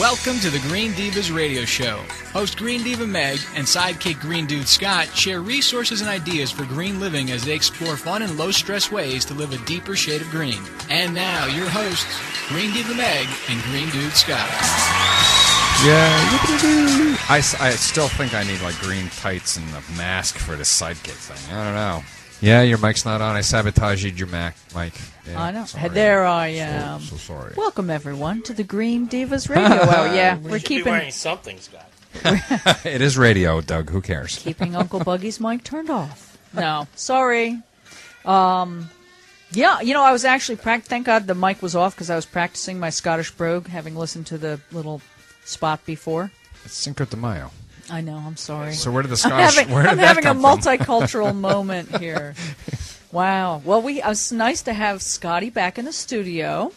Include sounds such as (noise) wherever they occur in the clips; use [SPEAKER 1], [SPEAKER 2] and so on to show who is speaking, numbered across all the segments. [SPEAKER 1] Welcome to the Green Divas Radio Show. Host Green Diva Meg and sidekick Green Dude Scott share resources and ideas for green living as they explore fun and low stress ways to live a deeper shade of green. And now, your hosts, Green Diva Meg and Green Dude Scott.
[SPEAKER 2] Yeah. I, s- I still think I need like green tights and a mask for this sidekick thing. I don't know. Yeah, your mic's not on. I sabotaged your Mac, mic. Yeah,
[SPEAKER 3] I know.
[SPEAKER 2] sorry.
[SPEAKER 3] There I am.
[SPEAKER 2] So sorry.
[SPEAKER 3] Welcome everyone to the Green Divas Radio
[SPEAKER 2] (laughs)
[SPEAKER 3] Hour. Yeah, we're
[SPEAKER 4] should be
[SPEAKER 3] keeping
[SPEAKER 4] wearing something, Scott.
[SPEAKER 2] (laughs) it is radio, Doug. Who cares?
[SPEAKER 3] keeping Uncle Buggy's mic turned off. No, sorry. Um, yeah, you know, I was actually prac- thank God the mic was off because I was practicing my Scottish brogue, having listened to the little spot before.
[SPEAKER 2] It's Cinco de Mayo.
[SPEAKER 3] I know. I'm sorry.
[SPEAKER 2] So where did the
[SPEAKER 3] I'm
[SPEAKER 2] Scottish?
[SPEAKER 3] having,
[SPEAKER 2] where did
[SPEAKER 3] I'm
[SPEAKER 2] that
[SPEAKER 3] having a
[SPEAKER 2] come from? (laughs)
[SPEAKER 3] multicultural moment here. Wow. Well, we uh, it's nice to have Scotty back in the studio.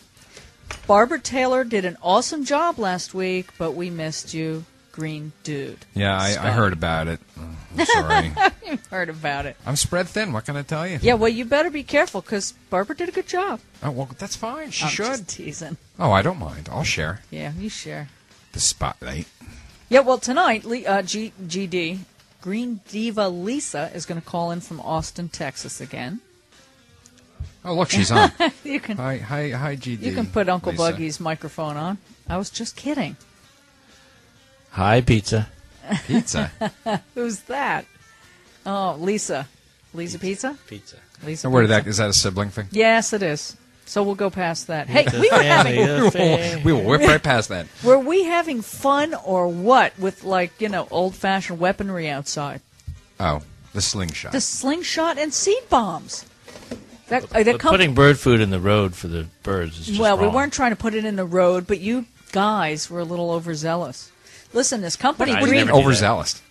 [SPEAKER 3] Barbara Taylor did an awesome job last week, but we missed you, Green Dude.
[SPEAKER 2] Yeah, I, I
[SPEAKER 3] Scotty.
[SPEAKER 2] heard about it. Oh, I'm
[SPEAKER 3] (laughs)
[SPEAKER 2] sorry.
[SPEAKER 3] Heard about it.
[SPEAKER 2] I'm spread thin. What can I tell you?
[SPEAKER 3] Yeah, well, you better be careful because Barbara did a good job.
[SPEAKER 2] Oh well, that's fine. She
[SPEAKER 3] I'm
[SPEAKER 2] should.
[SPEAKER 3] just teasing.
[SPEAKER 2] Oh, I don't mind. I'll share
[SPEAKER 3] Yeah, you share.
[SPEAKER 2] the spotlight.
[SPEAKER 3] Yeah, well, tonight, Le- uh, G- GD, Green Diva Lisa is going to call in from Austin, Texas again. (laughs)
[SPEAKER 2] Oh look, she's on.
[SPEAKER 3] You can
[SPEAKER 2] hi, hi, hi, GD.
[SPEAKER 3] You can put Uncle
[SPEAKER 2] Lisa.
[SPEAKER 3] Buggy's microphone on. I was just kidding.
[SPEAKER 4] Hi, pizza.
[SPEAKER 3] (laughs)
[SPEAKER 2] pizza.
[SPEAKER 3] Who's that? Oh, Lisa. Lisa Pizza?
[SPEAKER 4] Pizza.
[SPEAKER 3] Lisa
[SPEAKER 2] So where did that?
[SPEAKER 3] Pizza.
[SPEAKER 2] Is that a sibling thing?
[SPEAKER 3] Yes, it is. So we'll go past that. Hey, we were having
[SPEAKER 2] we will whip right past that.
[SPEAKER 3] were we having fun or what with like, you know, old fashioned weaponry outside?
[SPEAKER 2] Oh, the slingshot.
[SPEAKER 3] The slingshot and seed bombs. That, uh, that
[SPEAKER 5] But
[SPEAKER 3] come-
[SPEAKER 5] putting bird food in the road for the birds is just
[SPEAKER 3] Well, we
[SPEAKER 5] wrong.
[SPEAKER 3] weren't trying to put it in the road, but you guys were a little overzealous. Listen, this company
[SPEAKER 5] I
[SPEAKER 2] what do you
[SPEAKER 5] never
[SPEAKER 2] mean
[SPEAKER 5] do that.
[SPEAKER 2] overzealous?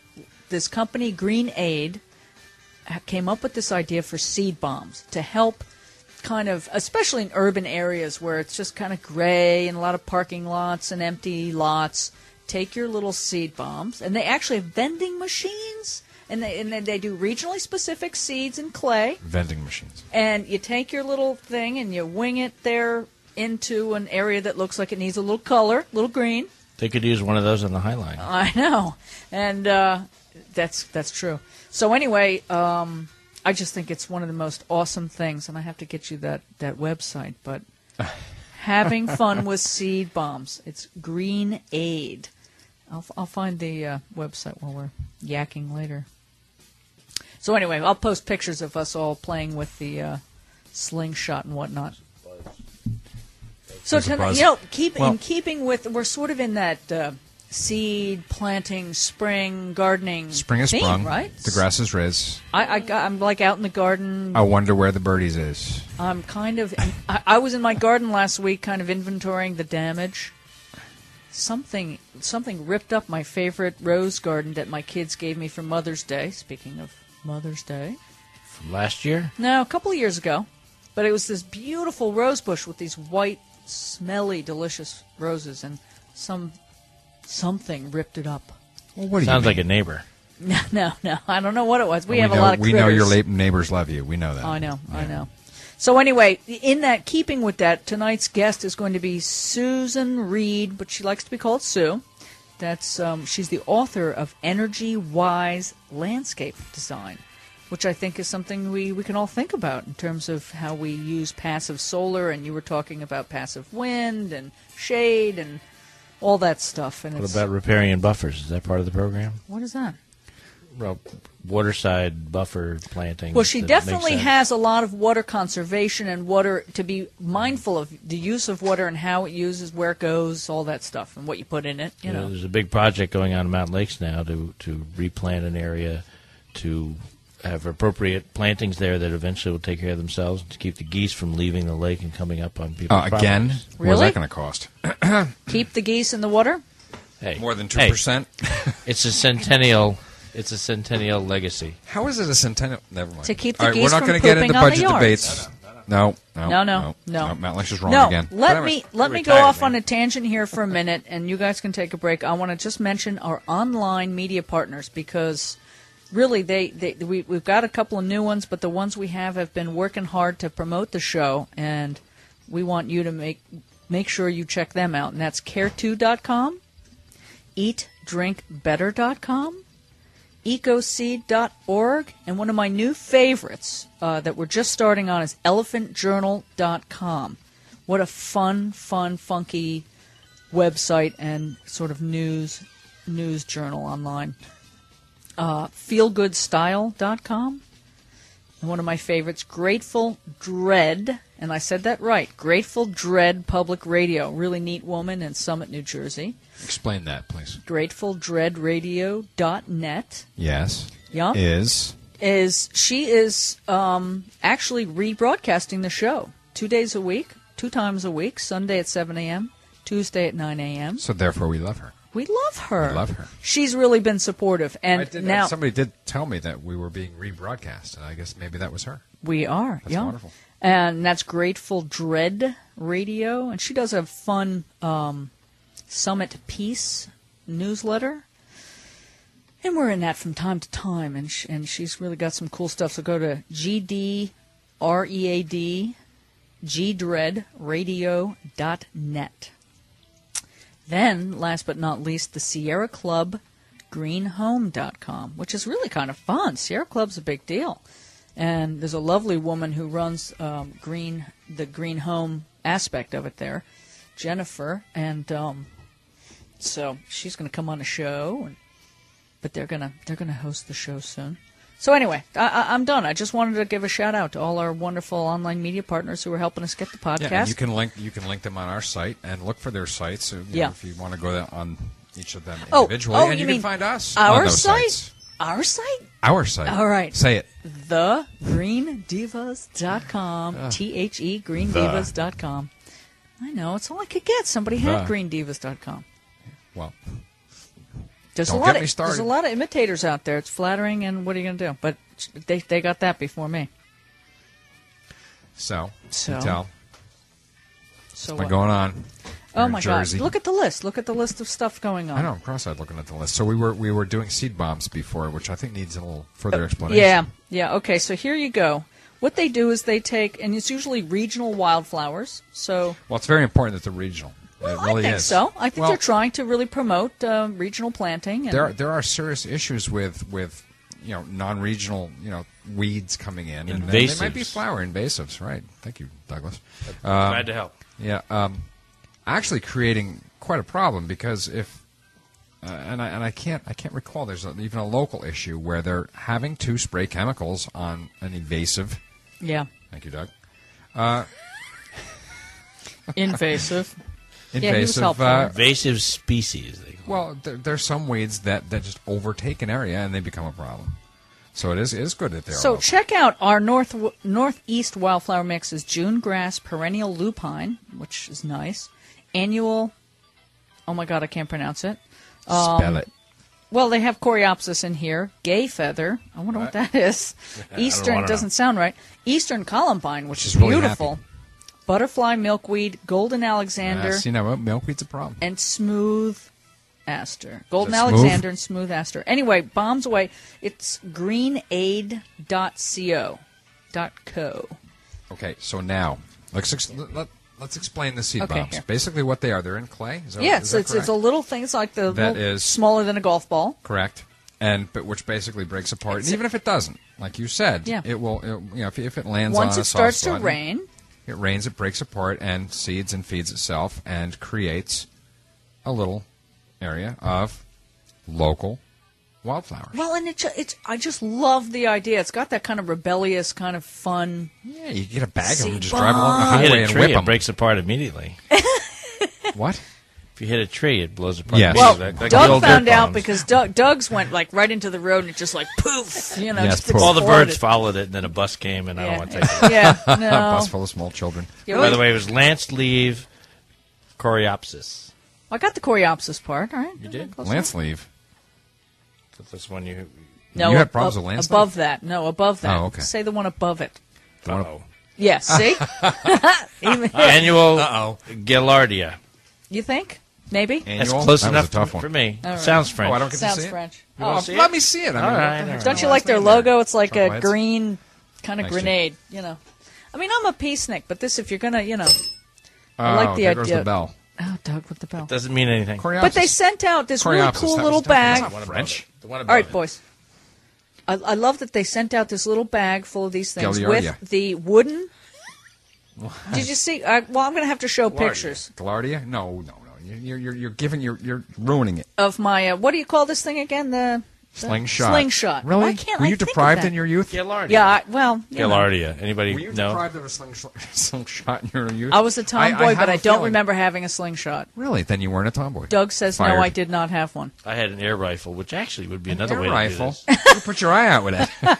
[SPEAKER 3] this company Green Aid ha- came up with this idea for seed bombs to help kind of especially in urban areas where it's just kind of gray and a lot of parking lots and empty lots take your little seed bombs and they actually have vending machines and they and then they do regionally specific seeds and clay
[SPEAKER 2] Vending machines.
[SPEAKER 3] and you take your little thing and you wing it there into an area that looks like it needs a little color, little green
[SPEAKER 5] They could use one of those on the High Line.
[SPEAKER 3] (laughs) I know, and uh, that's that's true. So anyway, um, I just think it's one of the most awesome things, and I have to get you that that website. But having fun with seed bombs, it's Green Aid. I'll I'll find the uh, website while we're yakking later. So anyway, I'll post pictures of us all playing with the uh, slingshot and whatnot. So
[SPEAKER 2] There's a
[SPEAKER 3] tonight,
[SPEAKER 2] buzz.
[SPEAKER 3] you know, keep
[SPEAKER 2] Well-
[SPEAKER 3] in keeping with we're sort of in that uh, seed planting, spring gardening,
[SPEAKER 2] Spring has
[SPEAKER 3] theme,
[SPEAKER 2] sprung.
[SPEAKER 3] right?
[SPEAKER 2] The grass is riz.
[SPEAKER 3] I, I got, I'm like out in the garden.
[SPEAKER 2] I wonder where the birdies is.
[SPEAKER 3] I'm kind of. I, I was in my garden last week, kind of inventorying the damage. Something something ripped up my favorite rose garden that my kids gave me for Mother's Day. Speaking of Mother's Day,
[SPEAKER 5] From last year?
[SPEAKER 3] no, a couple of years ago, but it was this beautiful rose bush with these white, smelly, delicious roses, and some something ripped it up. (laughs)
[SPEAKER 2] Well, what do
[SPEAKER 5] Sounds
[SPEAKER 2] you
[SPEAKER 5] like
[SPEAKER 2] mean?
[SPEAKER 5] a neighbor.
[SPEAKER 3] No, no, no. I don't know what it was. We,
[SPEAKER 2] we
[SPEAKER 3] have
[SPEAKER 2] know,
[SPEAKER 3] a lot of.
[SPEAKER 2] We know your
[SPEAKER 3] critters. Oh,
[SPEAKER 2] late neighbors love you. We know that.
[SPEAKER 3] I know, I know. So anyway, in that keeping with that, tonight's guest is going to be Susan Reed, but she likes to be called Sue. That's um, she's the author of Energy Wise Landscape Design, which I think is something we, we can all think about in terms of how we use passive solar. And you were talking about passive wind and shade and all that stuff. And
[SPEAKER 5] What
[SPEAKER 3] it's,
[SPEAKER 5] about riparian buffers? Is that part of the program?
[SPEAKER 3] what is that?
[SPEAKER 5] Well, waterside buffer planting.
[SPEAKER 3] Well, she
[SPEAKER 5] that makes
[SPEAKER 3] definitely
[SPEAKER 5] sense.
[SPEAKER 3] has a lot of water conservation and water to be mindful of the use of water and how it uses, where it goes, all that stuff, and what you put in it. You
[SPEAKER 5] You know,
[SPEAKER 3] know,
[SPEAKER 5] there's a big project going on in Mountain Lakes now to to replant an area, to have appropriate plantings there that eventually will take care of themselves to keep the geese from leaving the lake and coming up on people's
[SPEAKER 2] Uh, again,
[SPEAKER 5] properties.
[SPEAKER 2] what's
[SPEAKER 3] Really?
[SPEAKER 2] that going to cost?
[SPEAKER 3] keep the geese in the water.
[SPEAKER 5] Hey,
[SPEAKER 2] More than two
[SPEAKER 5] hey,
[SPEAKER 2] percent.
[SPEAKER 5] It's a centennial. It's a centennial legacy.
[SPEAKER 2] How is it a centennial? Never mind.
[SPEAKER 3] To keep the
[SPEAKER 2] All right,
[SPEAKER 3] geese
[SPEAKER 2] we're not
[SPEAKER 3] from
[SPEAKER 2] gonna get
[SPEAKER 3] pooping
[SPEAKER 2] into
[SPEAKER 3] on the
[SPEAKER 2] budget
[SPEAKER 3] yards.
[SPEAKER 2] debates. No, no,
[SPEAKER 3] No, no, no.
[SPEAKER 2] no. Matt Lynch is wrong
[SPEAKER 3] no,
[SPEAKER 2] again.
[SPEAKER 3] let
[SPEAKER 2] Whatever.
[SPEAKER 3] me let
[SPEAKER 2] You're
[SPEAKER 3] me go
[SPEAKER 2] retired,
[SPEAKER 3] off
[SPEAKER 2] man.
[SPEAKER 3] on a tangent here for a minute, and you guys can take a break. I want to just mention our online media partners because really they, they we, we've got a couple of new ones, but the ones we have have been working hard to promote the show, and we want you to make make sure you check them out. And that's care2.com, eatdrinkbetter.com, ecoseed.org, and one of my new favorites uh, that we're just starting on is elephantjournal.com. What a fun, fun, funky website and sort of news news journal online. Uh, feelgoodstyle.com. And one of my favorites, Grateful Dread, and I said that right, Grateful Dread Public Radio. Really neat woman in Summit, New Jersey.
[SPEAKER 2] Explain that, please.
[SPEAKER 3] GratefulDreadRadio.net.
[SPEAKER 2] Yes.
[SPEAKER 3] Yeah.
[SPEAKER 2] Is
[SPEAKER 3] is she is um, actually rebroadcasting the show two days a week, two times a week, Sunday at 7 a.m., Tuesday at 9 a.m.
[SPEAKER 2] so therefore we love her.
[SPEAKER 3] We love her.
[SPEAKER 2] We love her.
[SPEAKER 3] She's really been supportive, and
[SPEAKER 2] I did, uh,
[SPEAKER 3] now
[SPEAKER 2] somebody did tell me that we were being rebroadcast, and I guess maybe that was her.
[SPEAKER 3] we are.
[SPEAKER 2] That's
[SPEAKER 3] yeah.
[SPEAKER 2] wonderful.
[SPEAKER 3] And that's Grateful Dread Radio, and she does a fun um, Summit Peace newsletter. And we're in that from time to time, and sh- and she's really got some cool stuff. So go to E gdread, gdreadradio.net. Then, last but not least, the Sierra Club greenhome.com, which is really kind of fun. Sierra Club's a big deal. And there's a lovely woman who runs um, green the green home aspect of it there, Jennifer, and um, so she's going to come on the show, and, but they're going to they're going to host the show soon. So anyway, I, I, I'm done. I just wanted to give a shout out to all our wonderful online media partners who are helping us get the podcast.
[SPEAKER 2] Yeah, and you can link you can link them on our site and look for their sites. uh, you know,
[SPEAKER 3] Yeah.
[SPEAKER 2] if you want to go that- on each of them
[SPEAKER 3] Oh,
[SPEAKER 2] individually,
[SPEAKER 3] oh,
[SPEAKER 2] and
[SPEAKER 3] you
[SPEAKER 2] you,
[SPEAKER 3] mean
[SPEAKER 2] can find us
[SPEAKER 3] our
[SPEAKER 2] on those
[SPEAKER 3] site?
[SPEAKER 2] sites.
[SPEAKER 3] Our site
[SPEAKER 2] Our site.
[SPEAKER 3] All right.
[SPEAKER 2] Say it. Ah.
[SPEAKER 3] thegreendivas.com. T H E greendivas.com. I know, it's all I could get. Somebody had
[SPEAKER 2] The.
[SPEAKER 3] greendivas.com.
[SPEAKER 2] Well,
[SPEAKER 3] There's
[SPEAKER 2] Don't
[SPEAKER 3] a lot
[SPEAKER 2] get me
[SPEAKER 3] of
[SPEAKER 2] started.
[SPEAKER 3] there's a lot of imitators out there. It's flattering and what are you going to do? But they they got that before me.
[SPEAKER 2] so,
[SPEAKER 3] So,
[SPEAKER 2] you tell
[SPEAKER 3] So
[SPEAKER 2] what's
[SPEAKER 3] what?
[SPEAKER 2] going on. We're
[SPEAKER 3] Oh
[SPEAKER 2] in
[SPEAKER 3] my
[SPEAKER 2] Jersey.
[SPEAKER 3] god. Look at the list. Look at the list of stuff going on.
[SPEAKER 2] I know I'm cross-eyed looking at the list. So we were we were doing seed bombs before, which I think needs a little further explanation.
[SPEAKER 3] Uh, Yeah, yeah. Okay, so here you go. What they do is they take and it's usually regional wildflowers. So
[SPEAKER 2] Well, it's very important that they're regional. it really
[SPEAKER 3] I think
[SPEAKER 2] is.
[SPEAKER 3] so. I think
[SPEAKER 2] Well,
[SPEAKER 3] they're trying to really promote um, regional planting. And
[SPEAKER 2] there are, there are serious issues with with you know non-regional you know weeds coming in and they- they might be
[SPEAKER 5] Invasives.
[SPEAKER 2] flower invasives right thank you douglas Uh,
[SPEAKER 5] Glad to help.
[SPEAKER 2] yeah um, actually creating quite a problem because if uh, and I, and I can't I can't recall there's a, even a local issue where they're having to spray chemicals on an invasive
[SPEAKER 3] yeah,
[SPEAKER 2] thank you Doug
[SPEAKER 3] invasive. he was
[SPEAKER 2] invasive
[SPEAKER 3] helpful.
[SPEAKER 2] uh,
[SPEAKER 5] Invasive species. They call
[SPEAKER 2] well there, there's some weeds that, that just overtake an area and they become a problem so it is it is good that they are
[SPEAKER 3] (laughs) So
[SPEAKER 2] local.
[SPEAKER 3] check out our north northeast wildflower mix is June grass, perennial lupine, which is nice, annual. Oh my god, I can't pronounce it. um,
[SPEAKER 2] spell it
[SPEAKER 3] Well, they have coreopsis in here, gay feather. I wonder
[SPEAKER 2] Uh,
[SPEAKER 3] what that
[SPEAKER 2] (laughs)
[SPEAKER 3] is. (laughs) Eastern
[SPEAKER 5] wanna
[SPEAKER 3] doesn't
[SPEAKER 5] know.
[SPEAKER 3] sound right. Eastern columbine, which,
[SPEAKER 2] Which
[SPEAKER 3] is
[SPEAKER 2] is really
[SPEAKER 3] beautiful.
[SPEAKER 2] happy.
[SPEAKER 3] Butterfly milkweed, golden
[SPEAKER 2] Uh,
[SPEAKER 3] alexander,
[SPEAKER 2] see now milkweed's a problem
[SPEAKER 3] and smooth aster. Golden
[SPEAKER 2] Is it smooth?
[SPEAKER 3] Alexander and smooth aster. Anyway, bombs away. It's greenaid.co. Dot co.
[SPEAKER 2] Okay, so now let's ex- let, let, us explain the seed
[SPEAKER 3] Okay,
[SPEAKER 2] bombs.
[SPEAKER 3] here.
[SPEAKER 2] Basically, what they are, they're in clay. Is that,
[SPEAKER 3] yeah,
[SPEAKER 2] Oh, is
[SPEAKER 3] it's
[SPEAKER 2] that
[SPEAKER 3] it's, it's a
[SPEAKER 2] correct?
[SPEAKER 3] little things like the
[SPEAKER 2] That
[SPEAKER 3] little-
[SPEAKER 2] is-
[SPEAKER 3] smaller than a golf ball.
[SPEAKER 2] correct, and but which basically breaks apart.
[SPEAKER 3] It's
[SPEAKER 2] and
[SPEAKER 3] a-
[SPEAKER 2] even if it doesn't, like you said,
[SPEAKER 3] Yeah.
[SPEAKER 2] it will. It, you know, if, if it lands
[SPEAKER 3] Once
[SPEAKER 2] on a
[SPEAKER 3] it starts
[SPEAKER 2] soft
[SPEAKER 3] to
[SPEAKER 2] spot,
[SPEAKER 3] rain,
[SPEAKER 2] it rains, it breaks apart and seeds and feeds itself and creates a little area of local wildflowers.
[SPEAKER 3] well, and it ju- it's I just love the idea. It's got that kind of rebellious, kind of fun.
[SPEAKER 2] yeah, you get a bag of them,
[SPEAKER 3] Seed
[SPEAKER 2] just drive along the
[SPEAKER 5] it. If you
[SPEAKER 2] highway
[SPEAKER 5] hit a
[SPEAKER 2] and
[SPEAKER 5] tree,
[SPEAKER 2] whip
[SPEAKER 5] it
[SPEAKER 2] them.
[SPEAKER 5] breaks apart immediately. (laughs)
[SPEAKER 2] What?
[SPEAKER 5] If you hit a tree, it blows apart.
[SPEAKER 2] Yes. Well,
[SPEAKER 5] immediately. That- that
[SPEAKER 3] Doug
[SPEAKER 5] kills
[SPEAKER 3] found
[SPEAKER 5] their
[SPEAKER 3] out
[SPEAKER 5] bombs.
[SPEAKER 3] because Doug, Doug's went like right into the road and it just like poof, you know,
[SPEAKER 2] Yes,
[SPEAKER 3] just
[SPEAKER 2] poof.
[SPEAKER 5] all the
[SPEAKER 3] exploded.
[SPEAKER 5] birds followed it, and then a bus came, and I
[SPEAKER 3] (laughs)
[SPEAKER 5] don't want to take it.
[SPEAKER 3] Yeah, yeah, no.
[SPEAKER 2] A (laughs) bus full of small children.
[SPEAKER 3] Yeah,
[SPEAKER 5] By
[SPEAKER 3] wait.
[SPEAKER 5] the way, it was Lance Leave, Coreopsis.
[SPEAKER 3] I got the coreopsis part. All right, you
[SPEAKER 5] did?
[SPEAKER 2] Lance leave.
[SPEAKER 5] That's this one you.
[SPEAKER 3] No,
[SPEAKER 2] You had
[SPEAKER 3] ab-
[SPEAKER 2] problems with
[SPEAKER 3] ab-
[SPEAKER 2] landslide?
[SPEAKER 3] above that. No, above that.
[SPEAKER 2] Oh, okay.
[SPEAKER 3] Say the one above it.
[SPEAKER 5] Uh-oh.
[SPEAKER 2] (laughs)
[SPEAKER 3] Yeah, see? (laughs) Even-
[SPEAKER 5] Annual Gallardia.
[SPEAKER 3] you think? Maybe?
[SPEAKER 5] That's
[SPEAKER 2] Annual?
[SPEAKER 5] close
[SPEAKER 2] That was
[SPEAKER 5] enough
[SPEAKER 2] a tough one.
[SPEAKER 5] for me.
[SPEAKER 3] All right.
[SPEAKER 5] Sounds French.
[SPEAKER 2] Oh, I don't get to
[SPEAKER 3] Sounds
[SPEAKER 2] see it?
[SPEAKER 3] French.
[SPEAKER 2] You wanna
[SPEAKER 5] Oh,
[SPEAKER 2] see
[SPEAKER 5] let
[SPEAKER 2] Let me see it. I
[SPEAKER 5] All
[SPEAKER 2] don't know
[SPEAKER 5] right,
[SPEAKER 2] what the heck's
[SPEAKER 5] all
[SPEAKER 3] Don't you
[SPEAKER 2] going
[SPEAKER 3] like their
[SPEAKER 2] on there.
[SPEAKER 3] logo? It's like a
[SPEAKER 2] Trumpets.
[SPEAKER 3] green kind of
[SPEAKER 2] Nice, Jim.
[SPEAKER 3] grenade, you know. I mean, I'm a peacenik, but this, if you're going to, you know, I like
[SPEAKER 2] Oh,
[SPEAKER 3] the
[SPEAKER 2] there
[SPEAKER 3] idea.
[SPEAKER 2] goes the bell.
[SPEAKER 3] Oh, Doug with the bell.
[SPEAKER 5] Doesn't mean anything.
[SPEAKER 3] But they
[SPEAKER 2] Coreopsis.
[SPEAKER 3] sent out this really
[SPEAKER 2] Coreopsis,
[SPEAKER 3] cool
[SPEAKER 2] that
[SPEAKER 3] little
[SPEAKER 2] was definitely-
[SPEAKER 3] bag.
[SPEAKER 2] that's not French.
[SPEAKER 5] The one above
[SPEAKER 3] All right,
[SPEAKER 5] it.
[SPEAKER 3] boys. I, I love that they sent out this little bag full of these things
[SPEAKER 2] Gagliardia.
[SPEAKER 3] with the wooden. Did you see? I, well, I'm going to have to show pictures
[SPEAKER 2] Glardia? No, no, no. You- You're you're you're giving you're you're ruining it.
[SPEAKER 3] of my. Uh, what do you call this thing again? The the-
[SPEAKER 2] Slingshot.
[SPEAKER 3] Slingshot.
[SPEAKER 2] Really?
[SPEAKER 3] Why can't
[SPEAKER 2] Were
[SPEAKER 3] I
[SPEAKER 2] you
[SPEAKER 3] think of
[SPEAKER 2] deprived
[SPEAKER 3] that?
[SPEAKER 2] in your youth?
[SPEAKER 5] Gaillardia.
[SPEAKER 3] Yeah. I, well. you know.
[SPEAKER 5] Gaillardia.
[SPEAKER 2] Were
[SPEAKER 5] Anybody
[SPEAKER 2] you
[SPEAKER 5] know?
[SPEAKER 2] deprived of a slingshot, (laughs) slingshot in your youth?
[SPEAKER 3] I was a tomboy,
[SPEAKER 2] have
[SPEAKER 3] but
[SPEAKER 2] a
[SPEAKER 3] I don't
[SPEAKER 2] feeling-
[SPEAKER 3] remember having a slingshot.
[SPEAKER 2] Really? Then you weren't a tomboy.
[SPEAKER 3] Doug says
[SPEAKER 2] Fired.
[SPEAKER 3] no, I did not have one.
[SPEAKER 5] I had an air rifle, which actually would be another
[SPEAKER 2] Another
[SPEAKER 5] way
[SPEAKER 2] rifle.
[SPEAKER 5] to do
[SPEAKER 2] you could put your eye out with
[SPEAKER 3] (laughs)
[SPEAKER 2] it.
[SPEAKER 5] this.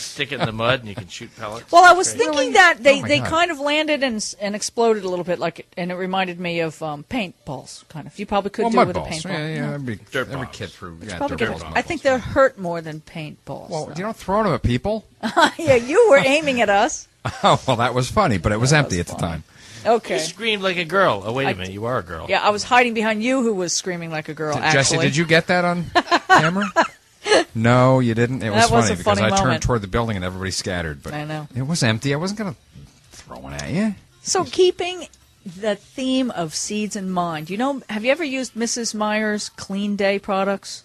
[SPEAKER 5] Stick it in the mud and you can shoot pellets.
[SPEAKER 3] Well, I was
[SPEAKER 5] Great.
[SPEAKER 3] thinking that they,
[SPEAKER 2] Oh, my
[SPEAKER 3] they
[SPEAKER 2] God.
[SPEAKER 3] kind of landed and s- and exploded a little bit, like and it reminded me of um, paintballs, kind of. You probably could
[SPEAKER 2] well,
[SPEAKER 3] do it
[SPEAKER 2] mud
[SPEAKER 3] with a
[SPEAKER 2] balls.
[SPEAKER 3] paintball.
[SPEAKER 2] Yeah, yeah.
[SPEAKER 3] No,
[SPEAKER 2] Every,
[SPEAKER 5] Dirt
[SPEAKER 2] every
[SPEAKER 5] bombs.
[SPEAKER 2] kid threw.
[SPEAKER 3] it's
[SPEAKER 2] yeah,
[SPEAKER 3] probably
[SPEAKER 2] dirt
[SPEAKER 3] good.
[SPEAKER 2] balls.
[SPEAKER 3] I think they'll hurt more than paintballs.
[SPEAKER 2] Well,
[SPEAKER 3] though.
[SPEAKER 2] you don't throw them at people.
[SPEAKER 3] (laughs)
[SPEAKER 2] (laughs)
[SPEAKER 3] yeah, you were aiming at us.
[SPEAKER 2] Oh, well, that was funny, but it was empty at the time.
[SPEAKER 5] You
[SPEAKER 3] Okay.
[SPEAKER 5] screamed like a girl. Oh, wait a minute. You are a girl.
[SPEAKER 3] Yeah, I was hiding behind you, who was screaming like a girl.
[SPEAKER 2] Jesse,
[SPEAKER 3] actually,
[SPEAKER 2] did you get that
[SPEAKER 3] (laughs)
[SPEAKER 2] on camera? No, you didn't. It was
[SPEAKER 3] That was
[SPEAKER 2] funny
[SPEAKER 3] a
[SPEAKER 2] because
[SPEAKER 3] funny
[SPEAKER 2] I turned
[SPEAKER 3] moment.
[SPEAKER 2] toward the building and everybody scattered. But
[SPEAKER 3] I know.
[SPEAKER 2] it was empty. I wasn't gonna throw one at you.
[SPEAKER 3] So keeping the theme of seeds in mind, you know, have you ever used Mrs. Myers Clean Day products?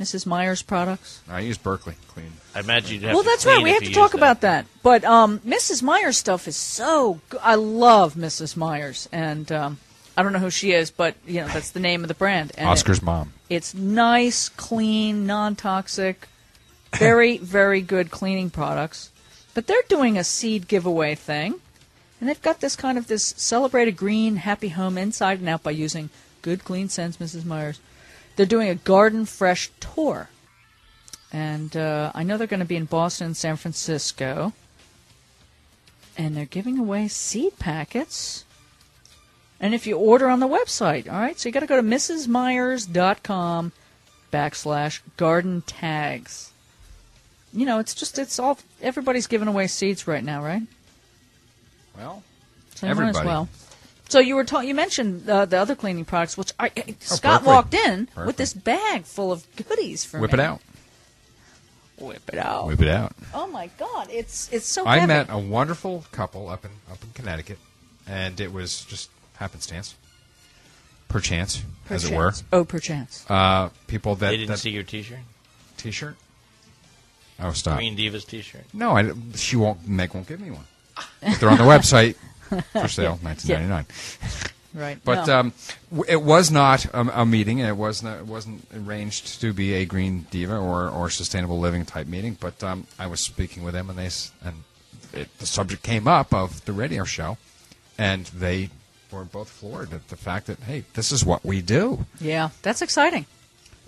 [SPEAKER 3] Mrs. Myers products.
[SPEAKER 2] I used Berkeley clean.
[SPEAKER 5] I imagine you'd have
[SPEAKER 3] well,
[SPEAKER 5] to
[SPEAKER 3] that's
[SPEAKER 5] clean
[SPEAKER 3] right. We
[SPEAKER 5] if
[SPEAKER 3] have
[SPEAKER 5] you
[SPEAKER 3] to talk
[SPEAKER 5] used
[SPEAKER 3] about that. But um, Mrs. Myers stuff is so. Go- I love Mrs. Myers, and um, I don't know who she is, but you know that's the name of the brand. And it-
[SPEAKER 2] Oscar's mom.
[SPEAKER 3] it's nice, clean, non-toxic, very, very good cleaning products. But they're doing a seed giveaway thing, and they've got this kind of this celebrate a green, happy home inside and out by using good, clean sense, Mrs. Myers. They're doing a garden fresh tour, and uh, I know they're going to be in Boston, and San Francisco, and they're giving away seed packets. And if you order on the website, all right, so you got to go to mrsmyers.com backslash garden tags. You know, it's just, it's all, everybody's giving away seeds right now, right?
[SPEAKER 2] Well,
[SPEAKER 3] So you might as
[SPEAKER 2] Everybody.
[SPEAKER 3] well. So you were talking, you mentioned uh, the other cleaning products, which I,
[SPEAKER 2] Oh,
[SPEAKER 3] I- Scott
[SPEAKER 2] Berkeley.
[SPEAKER 3] walked in
[SPEAKER 2] Berkeley.
[SPEAKER 3] with this bag full of goodies for
[SPEAKER 2] whip
[SPEAKER 3] me.
[SPEAKER 2] it out.
[SPEAKER 3] Whip it out.
[SPEAKER 2] Whip it out.
[SPEAKER 3] Oh my God, it's it's so
[SPEAKER 2] I
[SPEAKER 3] heavy.
[SPEAKER 2] met a wonderful couple up in up in Connecticut, and it was just happenstance, perchance, as it were.
[SPEAKER 3] Perchance. Oh, perchance.
[SPEAKER 2] Uh, people that
[SPEAKER 5] They didn't
[SPEAKER 2] that
[SPEAKER 5] see your T-shirt,
[SPEAKER 2] t-shirt. Oh, stop.
[SPEAKER 5] Green Divas T-shirt.
[SPEAKER 2] No, I, she won't. Meg won't give me one. But they're on the website
[SPEAKER 3] (laughs)
[SPEAKER 2] for sale, nineteen ninety nine.
[SPEAKER 3] right.
[SPEAKER 2] But
[SPEAKER 3] no.
[SPEAKER 2] um, w- it was not a, a meeting. and It was not, it wasn't arranged to be a green diva or, or sustainable living type meeting. But um, I was speaking with them, and they s- and it, the subject came up of the radio show, and they were both floored at the fact that hey, this is what we do.
[SPEAKER 3] yeah, that's exciting.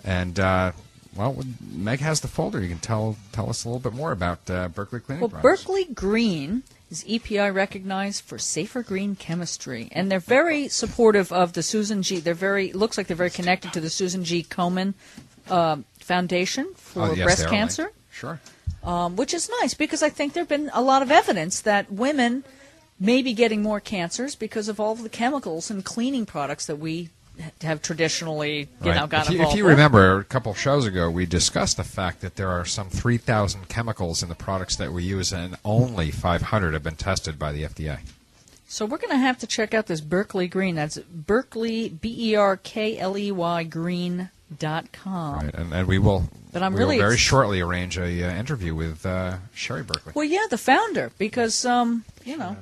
[SPEAKER 2] And uh, well, when Meg has the folder. You can tell tell us a little bit more about uh, Berkeley Cleaning.
[SPEAKER 3] Well,
[SPEAKER 2] Products.
[SPEAKER 3] Berkeley Green is EPI recognized for safer green chemistry, and they're very supportive of the Susan G. They're very looks like they're very connected to the Susan G. Komen uh, Foundation for
[SPEAKER 2] Oh, yes, they
[SPEAKER 3] breast
[SPEAKER 2] are
[SPEAKER 3] cancer,
[SPEAKER 2] linked. Sure.
[SPEAKER 3] um, which is nice because I think there've been a lot of evidence that women may be getting more cancers because of all of the chemicals and cleaning products that we ha- have traditionally, you know, got
[SPEAKER 2] if, you, if
[SPEAKER 3] involved
[SPEAKER 2] you
[SPEAKER 3] with.
[SPEAKER 2] remember, a couple shows ago, we discussed the fact that there are some 3,000 chemicals in the products that we use, and only 500 have been tested by the FDA.
[SPEAKER 3] So we're going to have to check out this Berkeley Green. That's Berkeley B E R K L E Y Green dot com.
[SPEAKER 2] Right, and, and we will.
[SPEAKER 3] But I'm
[SPEAKER 2] we
[SPEAKER 3] really
[SPEAKER 2] will very
[SPEAKER 3] ex-
[SPEAKER 2] shortly arrange a uh, interview with uh, Sherry Berkeley.
[SPEAKER 3] Well, yeah, the founder, because um, you know